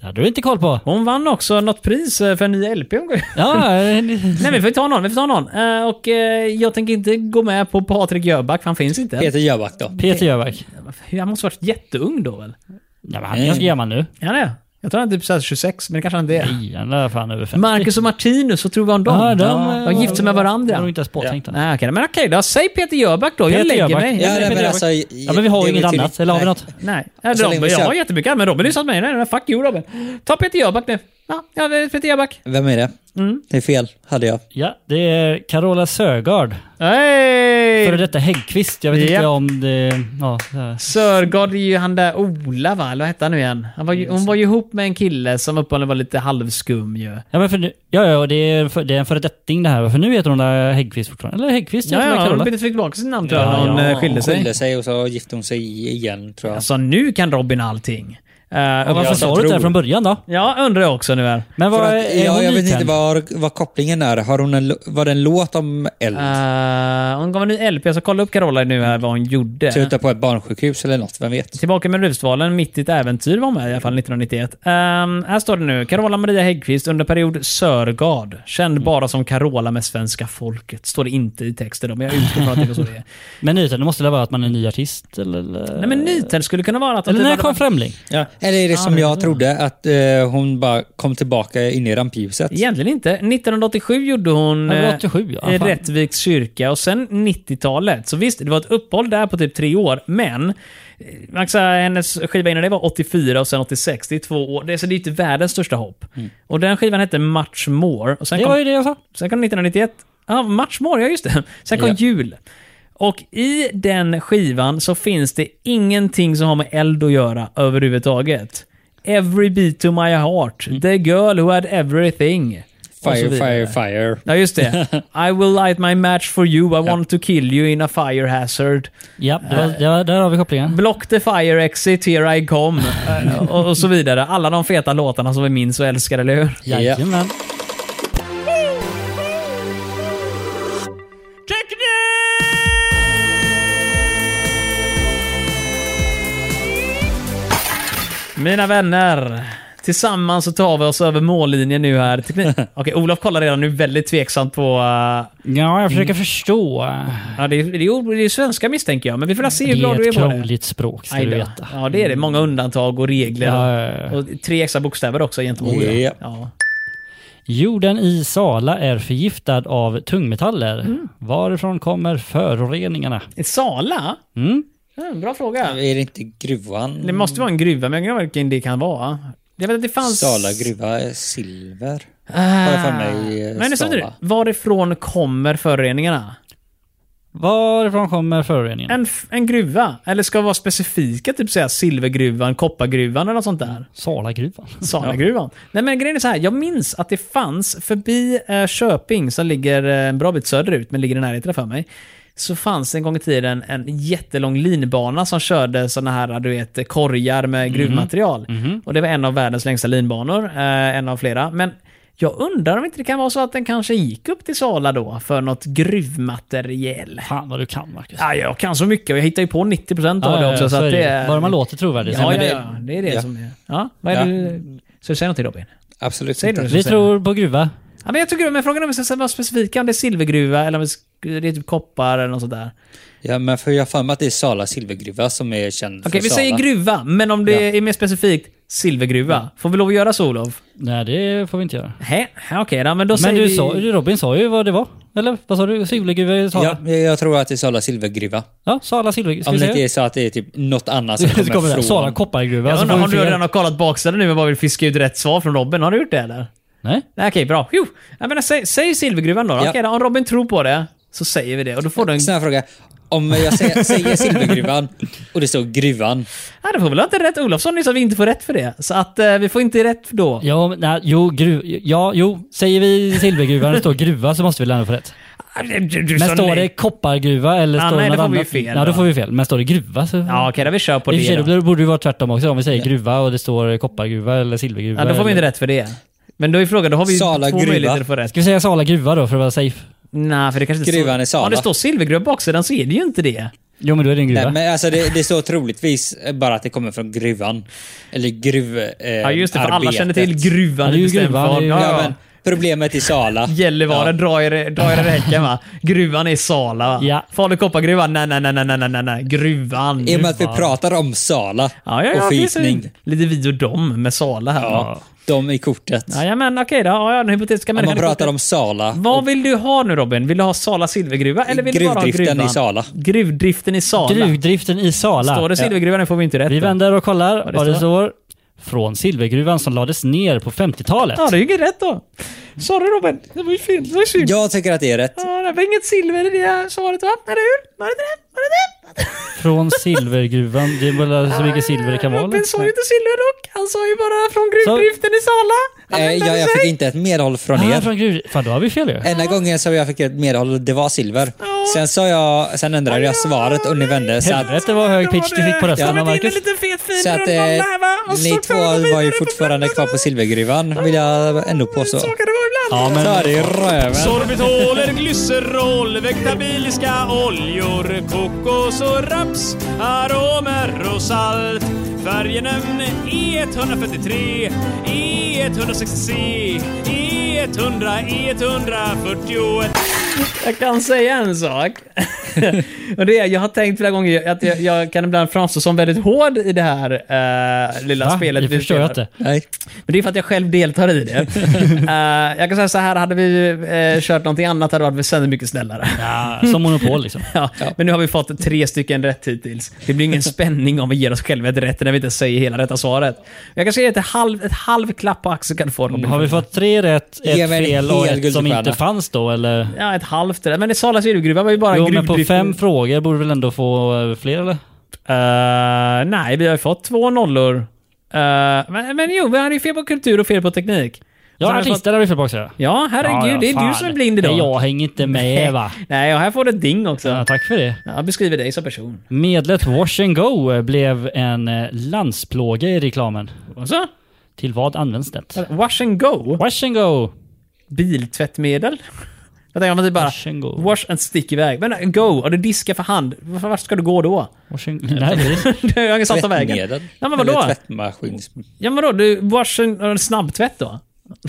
Speaker 1: Det hade du inte koll på.
Speaker 2: Hon vann också något pris eh, för en ny LP hon gav ut.
Speaker 3: *laughs*
Speaker 1: Ja, eh,
Speaker 2: *laughs* Nej, vi får ta någon. Vi får ta någon. Eh, och eh, jag tänker inte gå med på Patrik Jöback, för han finns inte.
Speaker 3: Peter Jöback då.
Speaker 1: Peter Jöback.
Speaker 2: Han måste varit jätteung då väl?
Speaker 1: Ja, men han är ganska gammal nu.
Speaker 2: Ja, det är. Jag tror han är typ så här 26, men det kanske han inte är.
Speaker 1: I, Han är fan över 50.
Speaker 2: Marcus och Martinus, vad tror vi om dem?
Speaker 1: Ja, de, eh,
Speaker 2: de gifte sig med varandra.
Speaker 1: De har inte ens påtänkt
Speaker 2: Ja.
Speaker 1: den.
Speaker 2: Nej, okej, men okej då. Säg Peter Jöback då.
Speaker 1: Peter
Speaker 2: jag lägger
Speaker 1: Jöback.
Speaker 2: mig.
Speaker 1: Ja,
Speaker 3: nej,
Speaker 1: Peter
Speaker 3: men
Speaker 1: Jöback.
Speaker 3: alltså,
Speaker 1: Ja, men vi har ju inget annat. Eller har vi något?
Speaker 2: Nej, Nej,
Speaker 3: Så länge
Speaker 2: Robin,
Speaker 3: vi
Speaker 2: jag
Speaker 3: kör.
Speaker 2: har jättemycket men Robin lyssnar på mig. Nej, nej, fuck you Robin. Ta Peter Jöback nu. Ja, ja det är Peter Jöback.
Speaker 3: Vem är det?
Speaker 1: Mm.
Speaker 3: Det är fel, hade jag.
Speaker 1: Ja, det är Carola Sögaard. Före
Speaker 2: Hej!
Speaker 1: detta Häggkvist. Jag vet
Speaker 2: Ja.
Speaker 1: inte om det... Ja, det här.
Speaker 2: Sörgård är ju han där Ola va? Eller vad hette han nu igen? Han var ju, hon var ju ihop med en kille som uppenbarligen var lite halvskum ju.
Speaker 1: Ja, men för nu, ja, ja, och det är, för, det är en föredetting det här. För nu heter hon där Häggkvist fortfarande. Eller Häggkvist
Speaker 2: Ja,
Speaker 1: heter väl
Speaker 2: ja,
Speaker 1: Carola.
Speaker 2: Robin fick tillbaka sitt namn tror jag
Speaker 1: Ja,
Speaker 2: när hon
Speaker 1: ja.
Speaker 2: eh, skilde
Speaker 3: Hon
Speaker 2: sig.
Speaker 3: skilde sig och så gifte hon sig igen, tror jag.
Speaker 2: Alltså nu kan Robin allting. Eh, och
Speaker 1: Ja, varför
Speaker 2: varför
Speaker 1: sa
Speaker 3: jag
Speaker 1: du inte det här
Speaker 3: tror-
Speaker 1: från början då?
Speaker 2: Ja, undrar jag också nu här.
Speaker 1: Men
Speaker 3: För
Speaker 1: vad
Speaker 3: att,
Speaker 1: är
Speaker 3: ja,
Speaker 1: hon
Speaker 3: jag vet inte
Speaker 1: nytänd?
Speaker 3: vad, vad kopplingen är. Har hon en, lo- var det en låt om eld?
Speaker 2: Eh, hon gav en ny LP, jag ska kolla upp Carola nu här vad hon gjorde.
Speaker 3: Sluta på ett barnsjukhus eller något, vem vet?
Speaker 2: Tillbaka med Rusvalen, mitt i ett äventyr var hon med i alla fall 1991. Ehm, här står det nu. Carola Maria Häggkvist under period Sörgard. Känd
Speaker 1: Mm.
Speaker 2: bara som Carola med svenska folket. Står det inte i texten då, men jag utgår från att det var så
Speaker 1: *laughs*
Speaker 2: det är.
Speaker 1: Men nytänd, det måste väl vara att man är en ny artist? Eller, eller,
Speaker 2: Nej men Nytänd skulle kunna vara att... typ
Speaker 1: eller när
Speaker 2: att-
Speaker 1: kom Främling?
Speaker 3: Eller är det som jag trodde, att eh, hon bara kom tillbaka in i rampljuset?
Speaker 2: Egentligen inte. 1987 gjorde hon
Speaker 1: Ja, det var
Speaker 2: eh,
Speaker 1: 87, ja,
Speaker 2: i
Speaker 1: fan.
Speaker 2: Rättviks kyrka och sen 90-talet. Så visst, det var ett uppehåll där på typ tre år, men eh, man kan säga, hennes skiva innan det var 84 och sen 86. Det är två år. Det är, så det är inte världens största hopp. Och den skivan hette Much More. Och sen
Speaker 1: Mm. Det
Speaker 2: kom,
Speaker 1: var ju det jag sa.
Speaker 2: sen kom 1991. Ja, Much More, ja just det. Sen kom
Speaker 3: Ja.
Speaker 2: jul. Och i den skivan så finns det ingenting som har med eld att göra överhuvudtaget. Every beat to my heart. The girl who had everything. Och så
Speaker 3: Mm. Fire,
Speaker 2: vidare.
Speaker 3: fire, fire.
Speaker 2: Ja, just
Speaker 3: *laughs*
Speaker 2: det. I will light my match for you. I want to kill you in a fire hazard.
Speaker 1: Ja, det var, det var, där har vi kopplingen.
Speaker 2: Block the fire exit, here I
Speaker 3: *laughs*
Speaker 2: come. Eh, och, och så vidare. Alla de feta låtarna som vi minns och älskar, eller hur?
Speaker 1: Jajamän.
Speaker 5: Teknik!
Speaker 2: Mina vänner. Tillsammans så tar vi oss över mållinjen nu här.
Speaker 3: *laughs*
Speaker 2: Teknik- Okej, Olof kollar redan nu väldigt tveksamt på... eh,
Speaker 1: Ja, jag försöker förstå.
Speaker 2: ja, det, är, det, är, ord- det är svenska misstänker jag, men vi får väl se
Speaker 1: Det
Speaker 2: hur glad
Speaker 1: är
Speaker 2: du är
Speaker 1: ett
Speaker 2: på det.
Speaker 1: krångligt språk, ska
Speaker 2: Aj
Speaker 1: du
Speaker 2: då.
Speaker 1: veta.
Speaker 2: Ja, det är det. Många undantag och regler.
Speaker 1: Ja, ja, ja.
Speaker 2: Och tre extra bokstäver också gentemot orden.
Speaker 3: Ja.
Speaker 2: Ja.
Speaker 1: Jorden i Sala är förgiftad av tungmetaller.
Speaker 2: Mm.
Speaker 1: Varifrån kommer föroreningarna?
Speaker 2: Sala?
Speaker 1: Mm.
Speaker 2: Ja, bra fråga.
Speaker 3: Är det inte gruvan?
Speaker 2: Det måste vara en gruva, men jag vet inte vilken det kan vara. Jag vet att det fanns...
Speaker 3: Sala gruva är silver.
Speaker 2: Ah.
Speaker 3: jag för mig, eh,
Speaker 2: Men det stod det.
Speaker 3: Sala.
Speaker 2: Varifrån kommer föroreningarna?
Speaker 1: Varifrån kommer föroreningen?
Speaker 2: En, f- en gruva? Eller ska det vara specifika? Typ säga silvergruvan, koppargruvan eller något sånt där?
Speaker 1: Salagruvan.
Speaker 2: Salagruvan. Nej men grejen är så här, jag minns att det fanns förbi eh, Köping, som ligger eh, en bra bit söderut, men ligger i närheten där för mig, så fanns det en gång i tiden en jättelång linbana som körde såna här, du vet, korgar med gruvmaterial. Och det var en av världens längsta linbanor, eh, en av flera. Men jag undrar om inte det kan vara så att den kanske gick upp till Sala då, för något gruvmaterial.
Speaker 1: Fan vad du kan Marcus.
Speaker 2: Ja, jag kan så mycket och jag hittar ju på 90% av
Speaker 1: Ja,
Speaker 2: det
Speaker 1: ja,
Speaker 2: också. Så
Speaker 1: så
Speaker 2: att
Speaker 1: är
Speaker 2: det
Speaker 1: det.
Speaker 2: är...
Speaker 1: Bara man låter trovärdig.
Speaker 2: Ja,
Speaker 3: men
Speaker 2: ja,
Speaker 3: det-
Speaker 2: ja, det är det
Speaker 3: ja.
Speaker 2: som är... Ja, vad är
Speaker 3: Ja.
Speaker 2: det? Så säg någonting Robin.
Speaker 3: Absolut
Speaker 2: Säg
Speaker 3: inte.
Speaker 2: det.
Speaker 1: Vi tror på gruva.
Speaker 2: Ja, men jag tycker, men frågan är om vi ska vara specifika, om det är silvergruva eller om det är typ koppar eller något sånt där.
Speaker 3: Ja, men för jag har för mig att det är Sala silvergruva som är känd
Speaker 2: Okej,
Speaker 3: för
Speaker 2: vi
Speaker 3: Sala.
Speaker 2: säger gruva, men om det är mer specifikt, silvergruva. Får vi lov att göra så, Olof?
Speaker 1: Nej, det får vi inte göra.
Speaker 2: Nej, okej då, men då
Speaker 1: Men
Speaker 2: säger
Speaker 1: du
Speaker 2: vi...
Speaker 1: sa, Robin sa ju vad det var. Eller vad sa du? Silvergruva i Sala?
Speaker 3: Ja, jag tror att det är Sala silvergruva.
Speaker 1: Ja, Sala silvergruva. Ska
Speaker 3: Om
Speaker 1: vi
Speaker 3: det inte
Speaker 1: säga?
Speaker 3: är så att det är typ något
Speaker 2: *laughs*
Speaker 3: annat
Speaker 1: *laughs*
Speaker 3: som
Speaker 1: Så kommer
Speaker 3: kommer
Speaker 1: det här.
Speaker 3: från...
Speaker 1: Sala koppargruva.
Speaker 2: Jag
Speaker 1: så
Speaker 2: undrar
Speaker 1: får
Speaker 2: om
Speaker 1: vi
Speaker 2: du
Speaker 1: fel.
Speaker 2: redan har kollat baksidan nu och bara vill fiska ut rätt svar från Robin. Har du gjort det eller?
Speaker 1: Nej?
Speaker 2: Nej, okej, bra. Jo, jag menar, säg, säg silvergruvan då.
Speaker 3: Ja.
Speaker 2: Okej, då, om Robin tror på det så säger vi det och då får du en...
Speaker 3: Sån här fråga. Om jag
Speaker 2: *laughs*
Speaker 3: säger, säger silvergruvan och det står gruvan.
Speaker 2: Nej, då får väl inte rätt. Olofsson nyss att vi inte får rätt för det. Så att eh, vi får inte rätt då.
Speaker 1: Ja, men, nej, jo, gru, ja, jo, säger vi silvergruva och det står gruva så måste vi lära få rätt.
Speaker 2: Du, du, du
Speaker 1: Men
Speaker 2: sa
Speaker 1: står
Speaker 2: nej.
Speaker 1: det koppargruva eller
Speaker 2: Ah,
Speaker 1: står
Speaker 2: nej,
Speaker 1: det
Speaker 2: då
Speaker 1: något
Speaker 2: får vi
Speaker 1: annat?
Speaker 2: ju fel
Speaker 1: Ja,
Speaker 2: då.
Speaker 1: då får vi fel. Men står det gruva så...
Speaker 2: Ja, okej, då vi kör på
Speaker 1: I och
Speaker 2: det
Speaker 1: för sig,
Speaker 2: då.
Speaker 1: då borde det vara tvärtom också. Om vi säger gruva och det står koppargruva eller silvergruva.
Speaker 2: Ja, då får vi inte
Speaker 1: eller...
Speaker 2: rätt för det. Men då är frågan, då har vi ju
Speaker 3: Sala
Speaker 2: två
Speaker 3: gruva.
Speaker 2: möjligheter att få rätt.
Speaker 1: Ska vi säga Sala gruva då för att vara safe?
Speaker 2: Nej, för det kanske inte
Speaker 3: Gruvan i Sala.
Speaker 2: Om det står silvergruva på baksidan så är det ju inte det.
Speaker 1: Jo, men då är det en gruva.
Speaker 3: Nej, men alltså det, det står troligtvis bara att det kommer från gruvan. Eller gruv... Eh,
Speaker 2: Ja, just det, för alla känner till
Speaker 1: Ja,
Speaker 2: gruvan
Speaker 1: det är
Speaker 2: i
Speaker 1: ju
Speaker 2: bestämd
Speaker 1: gruvan,
Speaker 2: form.
Speaker 1: det är ju-
Speaker 2: Ja,
Speaker 3: Ja,
Speaker 2: ja.
Speaker 3: men problemet i Sala.
Speaker 2: Gällivare drar i det- drar i det häcken va? Gruvan är Sala va?
Speaker 1: Ja.
Speaker 2: Falu koppargruvan? Nej, nej, nej, nej, nej, nej, nej. Gruvan.
Speaker 3: I och med att vi
Speaker 2: gruvan.
Speaker 3: pratar om Sala
Speaker 2: Ja, ja, ja,
Speaker 3: och
Speaker 2: det finns
Speaker 3: förgiftning.
Speaker 2: ju Lite vi och dem med Sala här. Ja.
Speaker 3: Ja, de i kortet.
Speaker 2: Jajamän, okej då. Ja, ja, den hypotetiska
Speaker 3: Om man
Speaker 2: människan.
Speaker 3: pratar om Sala.
Speaker 2: Vad vill du ha nu Robin? Vill du ha Sala silvergruva eller vill du bara ha
Speaker 3: Gruvdriften
Speaker 2: gruvan?
Speaker 3: i Sala.
Speaker 2: Gruvdriften i Sala.
Speaker 1: Gruvdriften i Sala.
Speaker 2: Står det silvergruvan nu får vi inte rätt.
Speaker 1: Vi
Speaker 2: då.
Speaker 1: vänder och kollar
Speaker 2: det
Speaker 1: vad det
Speaker 2: står.
Speaker 1: står. Från silvergruvan som lades ner på 50-talet.
Speaker 2: Ja, det är ju inget rätt då. Sorry Robin, det var ju fel. Det var ju synd.
Speaker 3: Jag tycker att det är rätt.
Speaker 2: Ja, det var inget silver i det här svaret va? Eller hur? Var det inte det? Var det inte det?
Speaker 1: Från silvergruvan. Det är väl så mycket silver det kan vara. liksom.
Speaker 2: Robin
Speaker 1: eller?
Speaker 2: sa ju inte silver dock. Han sa ju bara från gruvdriften i Sala. Han
Speaker 3: Eh,
Speaker 2: ändrade
Speaker 3: jag, jag fick
Speaker 2: sig.
Speaker 3: inte ett medhåll från
Speaker 1: Ah,
Speaker 3: er.
Speaker 1: från gruv... Fan, då har vi fel ju.
Speaker 2: Eh.
Speaker 3: Enda gången som jag fick ett medhåll, det var silver. Sen, sa jag, sen ändrade jag svaret och ni vände. Så att,
Speaker 1: Helvete vad hög pitch du fick på
Speaker 2: Ja,
Speaker 1: rösten
Speaker 2: men
Speaker 1: av
Speaker 2: det är en
Speaker 1: Marcus.
Speaker 2: liten fet fin
Speaker 3: så att
Speaker 2: rundboll
Speaker 3: eh,
Speaker 2: där, va? Och så
Speaker 3: ni
Speaker 2: tar
Speaker 3: två
Speaker 2: vi vidare
Speaker 3: var ju
Speaker 2: på
Speaker 3: fortfarande
Speaker 2: planet,
Speaker 3: kvar på
Speaker 2: va?
Speaker 3: silvergruvan, vill jag ändå påstå.
Speaker 2: Så kan det vara ibland.
Speaker 1: Ja, men-
Speaker 3: Ta det i röven.
Speaker 5: Sorbitoler, glycerol, vegetabiliska oljor, kokos och raps, aromer och salt. E Färgenämn E143, E E160C, E E100, E141.
Speaker 2: Jag kan säga en sak. *laughs* och det är, jag har tänkt flera gånger att jag, jag kan ibland framstå som väldigt hård i det här eh, lilla
Speaker 1: Va?
Speaker 2: spelet.
Speaker 1: Det
Speaker 2: vi
Speaker 1: förstår jag
Speaker 2: spelar.
Speaker 1: inte.
Speaker 3: Nej.
Speaker 2: Men det är för att jag själv deltar
Speaker 1: *laughs*
Speaker 2: i det. Eh, jag kan säga så här, hade vi eh, kört någonting annat hade det varit väsentligt mycket snällare.
Speaker 1: Ja, som monopol liksom.
Speaker 2: *laughs* Ja, Men nu har vi fått tre stycken rätt hittills. Det
Speaker 1: *laughs*
Speaker 2: blir ingen spänning om vi ger oss själva ett rätt när vi inte säger hela rätta svaret. Jag kan säga ett halv, ett halv klapp på axeln kan du få Robin.
Speaker 1: Mm, Har vi fått tre rätt,
Speaker 3: Ge
Speaker 1: ett
Speaker 3: mig en
Speaker 1: fel och
Speaker 3: hel
Speaker 1: ett som
Speaker 3: guldstjärna.
Speaker 1: inte fanns då eller?
Speaker 2: Ja, ett halvt rätt. Men det Salas gruvgruva var ju bara
Speaker 1: Jo men på
Speaker 2: gruvdriften.
Speaker 1: fem frågor borde vi väl ändå få eh, fler eller?
Speaker 2: Eh, nej, vi har ju fått två nollor. Eh, men, men jo, vi hade ju fel på kultur och fel på teknik. Sen
Speaker 1: Ja
Speaker 2: har vi fått-
Speaker 1: artister har vi fel på också. Ja
Speaker 2: Ja, herregud. det är du som är blind idag.
Speaker 1: Nej, jag hänger inte med va.
Speaker 2: Nej, och här får du ett ding också.
Speaker 1: Ja, tack för det.
Speaker 2: Jag beskriver dig som person.
Speaker 1: Medlet Wash and Go blev en eh, landsplåga i reklamen.
Speaker 2: Alltså,
Speaker 1: Till vad används det?
Speaker 2: wash and go.
Speaker 1: Wash and Go!
Speaker 2: Biltvättmedel. Jag tänker om man typ bara...
Speaker 1: Wash and go.
Speaker 2: Wash and stick iväg. Men go! Och du diskar för hand. Varför vart ska du gå då? *laughs*
Speaker 1: Washington. Nej,
Speaker 2: jag har ingen salt av vägen.
Speaker 3: Tvättmedel.
Speaker 2: Ja, men vadå?
Speaker 3: Eller tvättmaskins...
Speaker 2: Ja, men vadå? Du wash and, och en snabbtvätt då?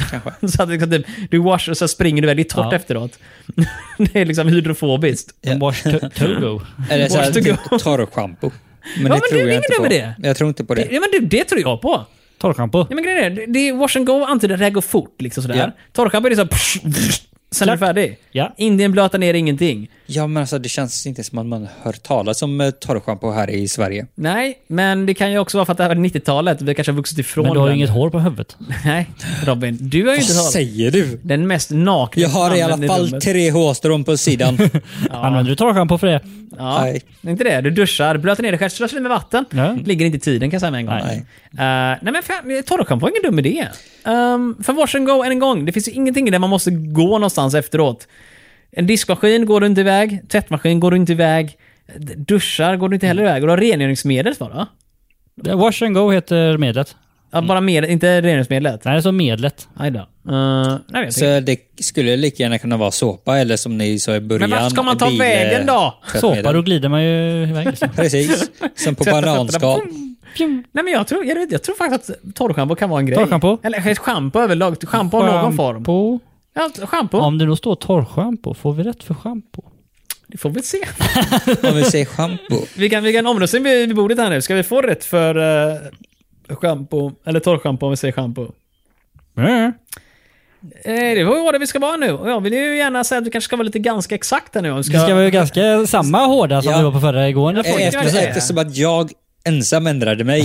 Speaker 2: *laughs* så att liksom, typ, du wash och så springer du väldigt torrt
Speaker 1: Ja.
Speaker 2: efteråt. *laughs* det är liksom hydrofobiskt.
Speaker 1: en wash to, to go.
Speaker 3: Eller så
Speaker 2: Wash
Speaker 3: här,
Speaker 2: to
Speaker 3: typ torrschampo. Men
Speaker 2: men
Speaker 3: det tror
Speaker 2: det är
Speaker 3: jag
Speaker 2: ingen
Speaker 3: inte på.
Speaker 2: över det.
Speaker 3: Jag tror inte på det.
Speaker 2: Ja, men du, det tror jag på.
Speaker 1: Torrschampo.
Speaker 2: Ja, men grejen är, det- det är wash and go antyder att det här går fort. Liksom sådär.
Speaker 3: Ja.
Speaker 2: Torrschampo är det så *laughs* här, psh, psh, sen är du färdig.
Speaker 1: Ja.
Speaker 2: Indien blötar ner ingenting.
Speaker 3: Ja, men alltså det känns inte som att man hör talas om eh, torrschampo här i Sverige.
Speaker 2: Nej, men det kan ju också vara för att det här var 90-talet. Vi kanske har vuxit ifrån
Speaker 1: Men du har ju
Speaker 2: den.
Speaker 1: inget hår på huvudet.
Speaker 2: *laughs* Nej, Robin. Du har ju
Speaker 3: Vad
Speaker 2: inte talat.
Speaker 3: säger du?
Speaker 2: Den mest nakna
Speaker 3: Jag har i alla
Speaker 2: mannen
Speaker 3: fall
Speaker 2: rummet.
Speaker 3: tre hårstrån på sidan.
Speaker 1: Använder du torrschampo för det?
Speaker 2: Ja,
Speaker 3: Nej.
Speaker 2: inte det. Du duschar, blöter ner dig själv, slösar lite med vatten.
Speaker 1: Ja.
Speaker 2: Ligger inte i tiden kan jag säga med en gång.
Speaker 1: Nej.
Speaker 2: Eh, nej men fan, torrschampo är ingen dum idé. Um, för wash and go, än en gång. Det finns ju ingenting där man måste gå någonstans efteråt. En diskmaskin går du inte iväg, tvättmaskin går du inte iväg, d- duschar går du inte heller iväg. Och du har rengöringsmedlet bara.
Speaker 1: Det- Eh, Wash and go heter medlet.
Speaker 3: Mm.
Speaker 2: Ja, bara med, inte rengöringsmedlet.
Speaker 1: Nej, det är så medlet.
Speaker 2: Aj då. Eh, nej, jag tänker-
Speaker 3: Så det skulle lika gärna kunna vara såpa eller som ni sa i början.
Speaker 2: men vart ska man ta
Speaker 3: bil-
Speaker 2: vägen då?
Speaker 3: tvättmedel.
Speaker 1: Såpa, då glider man ju iväg
Speaker 2: *laughs*
Speaker 1: liksom.
Speaker 3: Precis. Som på
Speaker 2: Tvätta
Speaker 3: bananskal.
Speaker 2: fötterna. Pum, pum. Nej men jag tror, jag, vet- jag tror faktiskt att torrschampo kan vara en grej.
Speaker 1: Torrschampo?
Speaker 2: Eller schampo överlag. Schampo av någon form.
Speaker 1: Shampoo.
Speaker 2: Ja, schampo.
Speaker 1: Om det då står torrschampo, får vi rätt för schampo?
Speaker 2: Det får vi se.
Speaker 3: Om vi
Speaker 2: *laughs*
Speaker 3: säger schampo.
Speaker 2: Vi kan, vi kan omrösta vid vid bordet här nu. Ska vi få rätt för uh, schampo? Eller torrschampo om vi säger schampo.
Speaker 1: Mm.
Speaker 2: Eh, det var ju vad vi ska vara nu. Och jag vill ju gärna säga att vi kanske ska vara lite ganska exakt här nu. Om vi
Speaker 1: Vi
Speaker 2: ska,
Speaker 1: ska vara ju ganska samma hårda som
Speaker 3: Ja. Eh,
Speaker 1: vi var på förra igår. när folk-
Speaker 2: jag
Speaker 3: Efter,
Speaker 2: säga?
Speaker 3: eftersom att jag ensam ändrade mig.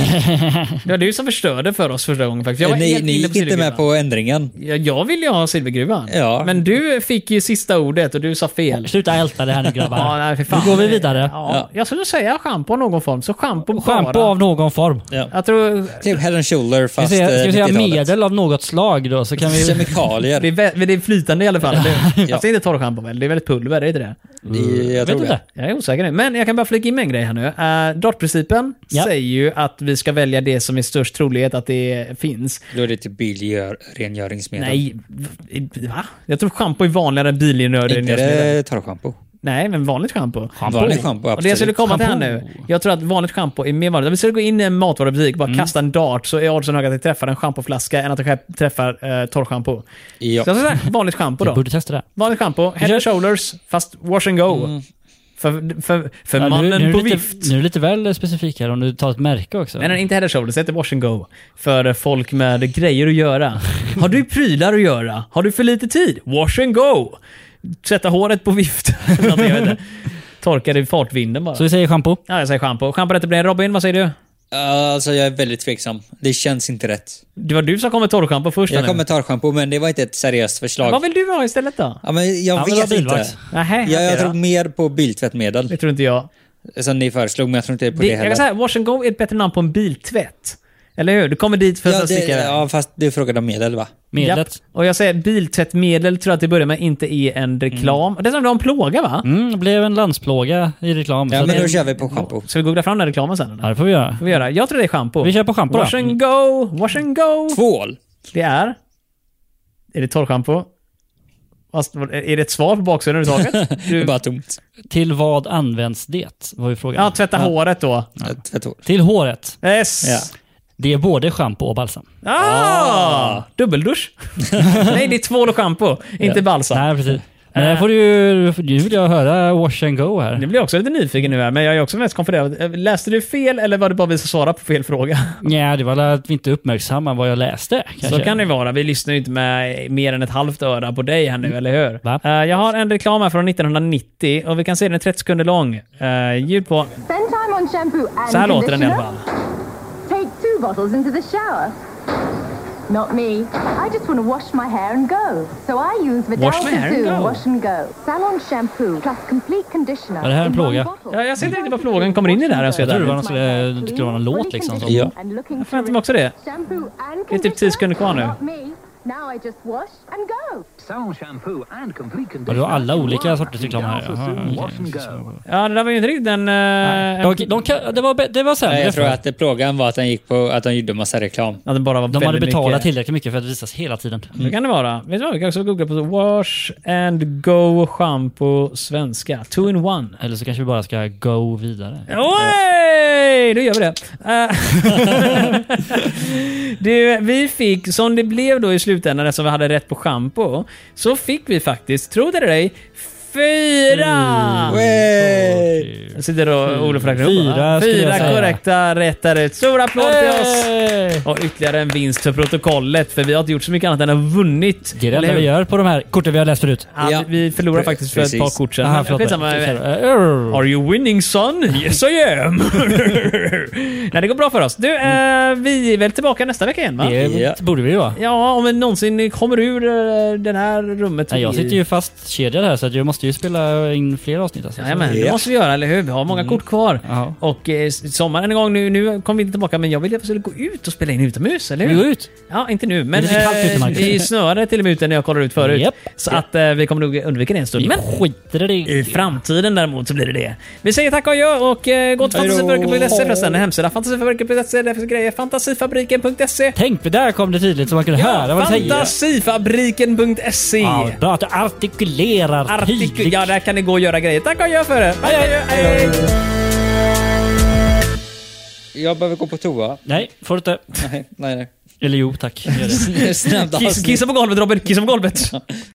Speaker 2: Det var du som förstörde för oss första gången faktiskt. *laughs* Jag var
Speaker 3: Eh, Ni,
Speaker 2: helt
Speaker 3: ni
Speaker 2: inne
Speaker 3: gick inte med
Speaker 2: silvergruvan.
Speaker 3: på ändringen.
Speaker 2: Ja, jag ville ju ha silvergruvan.
Speaker 3: Ja.
Speaker 2: Men du fick ju sista ordet och du sa fel.
Speaker 1: Sluta älta det
Speaker 2: *laughs*
Speaker 1: här nu grabbar.
Speaker 2: Ja, nej, för fan.
Speaker 1: Nu går vi vidare.
Speaker 2: Ja, Jag skulle säga schampo av någon form, så schampo bara.
Speaker 1: Schampo av någon form.
Speaker 2: Jag tror...
Speaker 3: Typ head and shoulder
Speaker 1: Ska vi
Speaker 3: fast eh,
Speaker 1: säga, ska vi säga
Speaker 3: 90-talet.
Speaker 1: medel av något slag då så kan vi...
Speaker 2: Det är,
Speaker 3: Kemikalier.
Speaker 2: vä- det är flytande i alla
Speaker 3: *laughs*
Speaker 2: fall. Det, Fast det är inte torrschampo väl? Det är väl ett pulver, är det inte det?
Speaker 3: I- Jag
Speaker 1: Vet
Speaker 3: tror
Speaker 1: inte.
Speaker 3: det.
Speaker 2: Jag är osäker nu. Men jag kan bara flika in med en grej här nu. Uh, Dartprincipen
Speaker 1: Ja.
Speaker 2: säger ju att vi ska välja det som är störst trolighet att det finns.
Speaker 3: Då är det typ bilrengöringsmedel.
Speaker 2: Nej, v- va? Jag tror schampo är vanligare än bilgenören.
Speaker 3: Inte det torrschampo.
Speaker 2: Nej, men vanligt schampo.
Speaker 3: Vanligt schampo,
Speaker 2: Och det jag skulle
Speaker 3: absolut.
Speaker 2: komma till här nu.
Speaker 1: Shampoo.
Speaker 2: Jag tror att vanligt schampo är mer vanligt. Om vi skulle gå in i en matvarubutik och
Speaker 3: Mm.
Speaker 2: bara kasta en dart så är oddsen höga att vi träffar en schampoflaska än att vi träffar eh, torrschampo. Så jag
Speaker 3: Ja.
Speaker 2: skulle säga vanligt schampo
Speaker 1: Jag
Speaker 2: då.
Speaker 1: borde testa det.
Speaker 2: Vanligt schampo, head and shoulders, fast wash and go. För, för, för
Speaker 1: Mm. Ja, nu,
Speaker 2: mannen
Speaker 1: nu, är
Speaker 2: på
Speaker 1: du lite,
Speaker 2: vift.
Speaker 1: nu är du lite väl specifik här om du tar ett märke också.
Speaker 2: Nej, nej, inte head and shoulders. Det heter wash and go. För folk med grejer
Speaker 1: *laughs*
Speaker 2: att göra. Har du prylar att göra? Har du för lite tid? Wash and go! Tvätta håret på vift. *laughs* Någonting, jag vet inte. Torka det i fartvinden bara.
Speaker 1: Så vi säger schampo.
Speaker 2: Ja, jag säger schampo. Schampo rätt upp ner. Robin, vad säger du?
Speaker 3: Alltså jag är väldigt tveksam. Det känns inte rätt.
Speaker 2: Det var du som kom med torrschampo först.
Speaker 3: Jag
Speaker 2: här nu.
Speaker 3: kommer torrschampo men det var inte ett seriöst
Speaker 2: Vad
Speaker 3: förslag.
Speaker 2: vill du ha istället då?
Speaker 3: Ja, men
Speaker 1: Han
Speaker 3: jag
Speaker 1: vill ha
Speaker 3: vet
Speaker 1: bilvax.
Speaker 3: inte.
Speaker 2: Nähä,
Speaker 3: Jag,
Speaker 2: okej
Speaker 3: jag
Speaker 2: då.
Speaker 3: tror mer på biltvättmedel
Speaker 2: Det tror inte jag.
Speaker 3: som ni föreslog men jag tror inte på
Speaker 2: Det,
Speaker 3: det,
Speaker 2: jag
Speaker 3: heller.
Speaker 2: kan säga, wash and go är ett bättre namn på en biltvätt. Eller hur? Du kommer dit för
Speaker 3: ja,
Speaker 2: att
Speaker 3: det,
Speaker 2: sticka iväg.
Speaker 3: ja, fast du frågade om medel va?
Speaker 1: Medlet.
Speaker 2: Japp. Och jag säger biltvättmedel tror jag till att börja med inte är en reklam. Det är som en plåga va?
Speaker 1: Mm, det blev en landsplåga i reklam.
Speaker 3: Ja,
Speaker 1: så
Speaker 3: men
Speaker 1: det,
Speaker 3: då kör vi på schampo.
Speaker 2: Ska vi googla fram den här reklamen sen? eller?
Speaker 1: ja, det får vi göra.
Speaker 2: Får vi göra? Jag tror det är schampo.
Speaker 1: Vi kör på schampo då.
Speaker 2: Wash and go, wash and go.
Speaker 3: Tvål.
Speaker 2: Det är... Är det torrschampo? Fast, Är det ett svar på baksidan överhuvudtaget?
Speaker 3: Det
Speaker 2: Du-
Speaker 3: är bara tomt.
Speaker 1: Till vad används det? Var ju frågan.
Speaker 2: Ja, tvätta håret då.
Speaker 3: Tvätthål.
Speaker 1: Till håret.
Speaker 2: Yes!
Speaker 3: Ja.
Speaker 1: Det är både schampo och balsam.
Speaker 2: Ah! Dubbeldusch? Nej, det är tvål och schampo, inte balsam.
Speaker 1: Nej, precis. Nej, där får du ju... Nu vill jag höra wash and go här.
Speaker 2: Nu blir jag också lite nyfiken nu här, men jag är också mest konfunderad. Eh, Läste du fel eller var det bara vi som svarade på
Speaker 1: *laughs*
Speaker 2: fel fråga?
Speaker 1: Nej, det var väl att vi inte uppmärksamma vad jag läste. Kanske.
Speaker 2: Så kan det vara. Vi lyssnar ju inte med mer än ett halvt öra på dig här nu, eller hur?
Speaker 1: Mm. Va?
Speaker 2: Eh, jag har en reklam här från 1990 och vi kan se den är 30 sekunder lång. Eh, ljud på.
Speaker 6: Spend time on shampoo and
Speaker 2: Så här låter den i alla
Speaker 6: conditioner.
Speaker 2: fall.
Speaker 6: Take two bottles into the shower. Not me. I just want to wash my hair and go. So I use Vidal
Speaker 2: Wash my hair and
Speaker 6: Sassoon
Speaker 2: go.
Speaker 6: Wash and Go. Salon shampoo plus complete conditioner.
Speaker 1: Ja, det här är en
Speaker 6: in one
Speaker 1: plåga.
Speaker 6: bottle.
Speaker 2: Ja, jag ser inte riktigt vad plågan kommer in i det här, jag ska
Speaker 1: Jag
Speaker 2: vara
Speaker 1: trodde det
Speaker 2: ärlig.
Speaker 1: var någon, skulle, det skulle vara någon låt liksom. Som,
Speaker 3: Ja.
Speaker 6: And looking
Speaker 2: Jag förväntar
Speaker 6: through
Speaker 2: mig också det.
Speaker 6: shampoo and
Speaker 2: Det är typ 10 sekunder kvar nu.
Speaker 6: conditioner. Not me. Now I just wash and go.
Speaker 7: Sound shampoo and complete
Speaker 1: Ja, du har
Speaker 7: conditioner.
Speaker 1: alla olika sorters reklam här. Jaha, okej.
Speaker 7: Wash and go.
Speaker 2: Ja, det där var ju inte riktigt den... eh,
Speaker 1: De, de, kan- det, var, bä- det var sämre.
Speaker 3: Nej, jag tror
Speaker 1: för-
Speaker 3: att det plågan var att den gick på att de gjorde massa reklam.
Speaker 2: att den bara var
Speaker 1: de hade
Speaker 2: väldigt
Speaker 1: betalat
Speaker 2: mycket. Mm.
Speaker 1: tillräckligt mycket för att visas hela tiden.
Speaker 2: Det kan det vara. Vet du vad? Vi kan också googla på så. Wash and Go Shampoo svenska. Two in one.
Speaker 1: Eller så kanske vi bara ska go vidare.
Speaker 2: Oj! Då gör vi det.
Speaker 1: *laughs*
Speaker 2: Eh, du, vi fick, som det blev då i slutändan eftersom vi hade rätt på schampo, så fick vi faktiskt, tro det eller ej, fyra!
Speaker 3: Hey!
Speaker 2: Jag sitter och Olof räknar upp.
Speaker 1: Mm. Fyra
Speaker 2: va?
Speaker 1: skulle jag
Speaker 2: fyra
Speaker 1: säga.
Speaker 2: korrekta rättare. Stor applåd till oss!
Speaker 1: Hey!
Speaker 2: Och ytterligare en vinst för protokollet, för vi har inte gjort så mycket annat än att ha vunnit.
Speaker 1: Det är det
Speaker 2: Eller
Speaker 1: enda vi
Speaker 2: hur?
Speaker 1: gör på de här korten vi har läst förut.
Speaker 2: Ja,
Speaker 3: Ja.
Speaker 2: Vi förlorade
Speaker 3: Pre-
Speaker 2: faktiskt för ett
Speaker 3: precis.
Speaker 2: par kort sedan.
Speaker 1: Aha,
Speaker 2: Men
Speaker 1: förlåt. Eh,
Speaker 2: skitsamma.
Speaker 1: Err.
Speaker 2: Mm. Are you winning son? Yes I am! *laughs* Nej, det går bra för oss. Du, eh, vi är väl tillbaka nästa vecka igen va?
Speaker 1: Det
Speaker 3: Ja.
Speaker 1: borde vi ju vara.
Speaker 2: Ja, om vi någonsin kommer ur eh, det här rummet.
Speaker 1: Nej, jag
Speaker 2: vi-
Speaker 1: sitter ju fast kedjad här så att jag måste ju spela in fler avsnitt. Alltså.
Speaker 2: Jajamän, det
Speaker 3: Ja.
Speaker 2: måste vi göra, eller hur? Vi har många kort kvar.
Speaker 1: Mm. Ja.
Speaker 2: Och eh, sommaren igång nu. Nu kommer vi inte tillbaka, men jag ville att vi skulle gå ut och spela in utomhus, eller
Speaker 1: Så,
Speaker 2: hur?
Speaker 1: vi går ut.
Speaker 2: Ja, inte nu, men
Speaker 1: Det är lite kallt ute, Marcus.
Speaker 2: det snöade till och med ute när jag kollade ut förut.
Speaker 1: Japp.
Speaker 2: Så att eh, vi kommer nog undvika det en stund.
Speaker 1: Vi
Speaker 2: Men
Speaker 1: skiter i det.
Speaker 2: I framtiden däremot så blir det det. Vi säger tack och adjö och eh, gå till
Speaker 3: Hej då.
Speaker 2: fantasiförverket.se förresten. Hemsida fantasiförverket.se, där finns grejer. Fantasifabriken.se.
Speaker 1: Tänk, där kom det tydligt så man kunde höra vad du säger.
Speaker 2: Fantasifabriken.se.
Speaker 1: Ja, bra att du artikulerar
Speaker 2: Artikel...
Speaker 1: tydligt.
Speaker 2: Ja, där kan ni gå och göra grejer. Tack och adjö för det. Hej, hej, hej.
Speaker 3: Jag behöver gå på toa.
Speaker 1: Nej, får du inte.
Speaker 3: Nej, nej,
Speaker 1: Eller jo, tack. Gör det.
Speaker 3: nej. Snabbt
Speaker 2: Kiss, kissa på golvet Robin, kissa på golvet.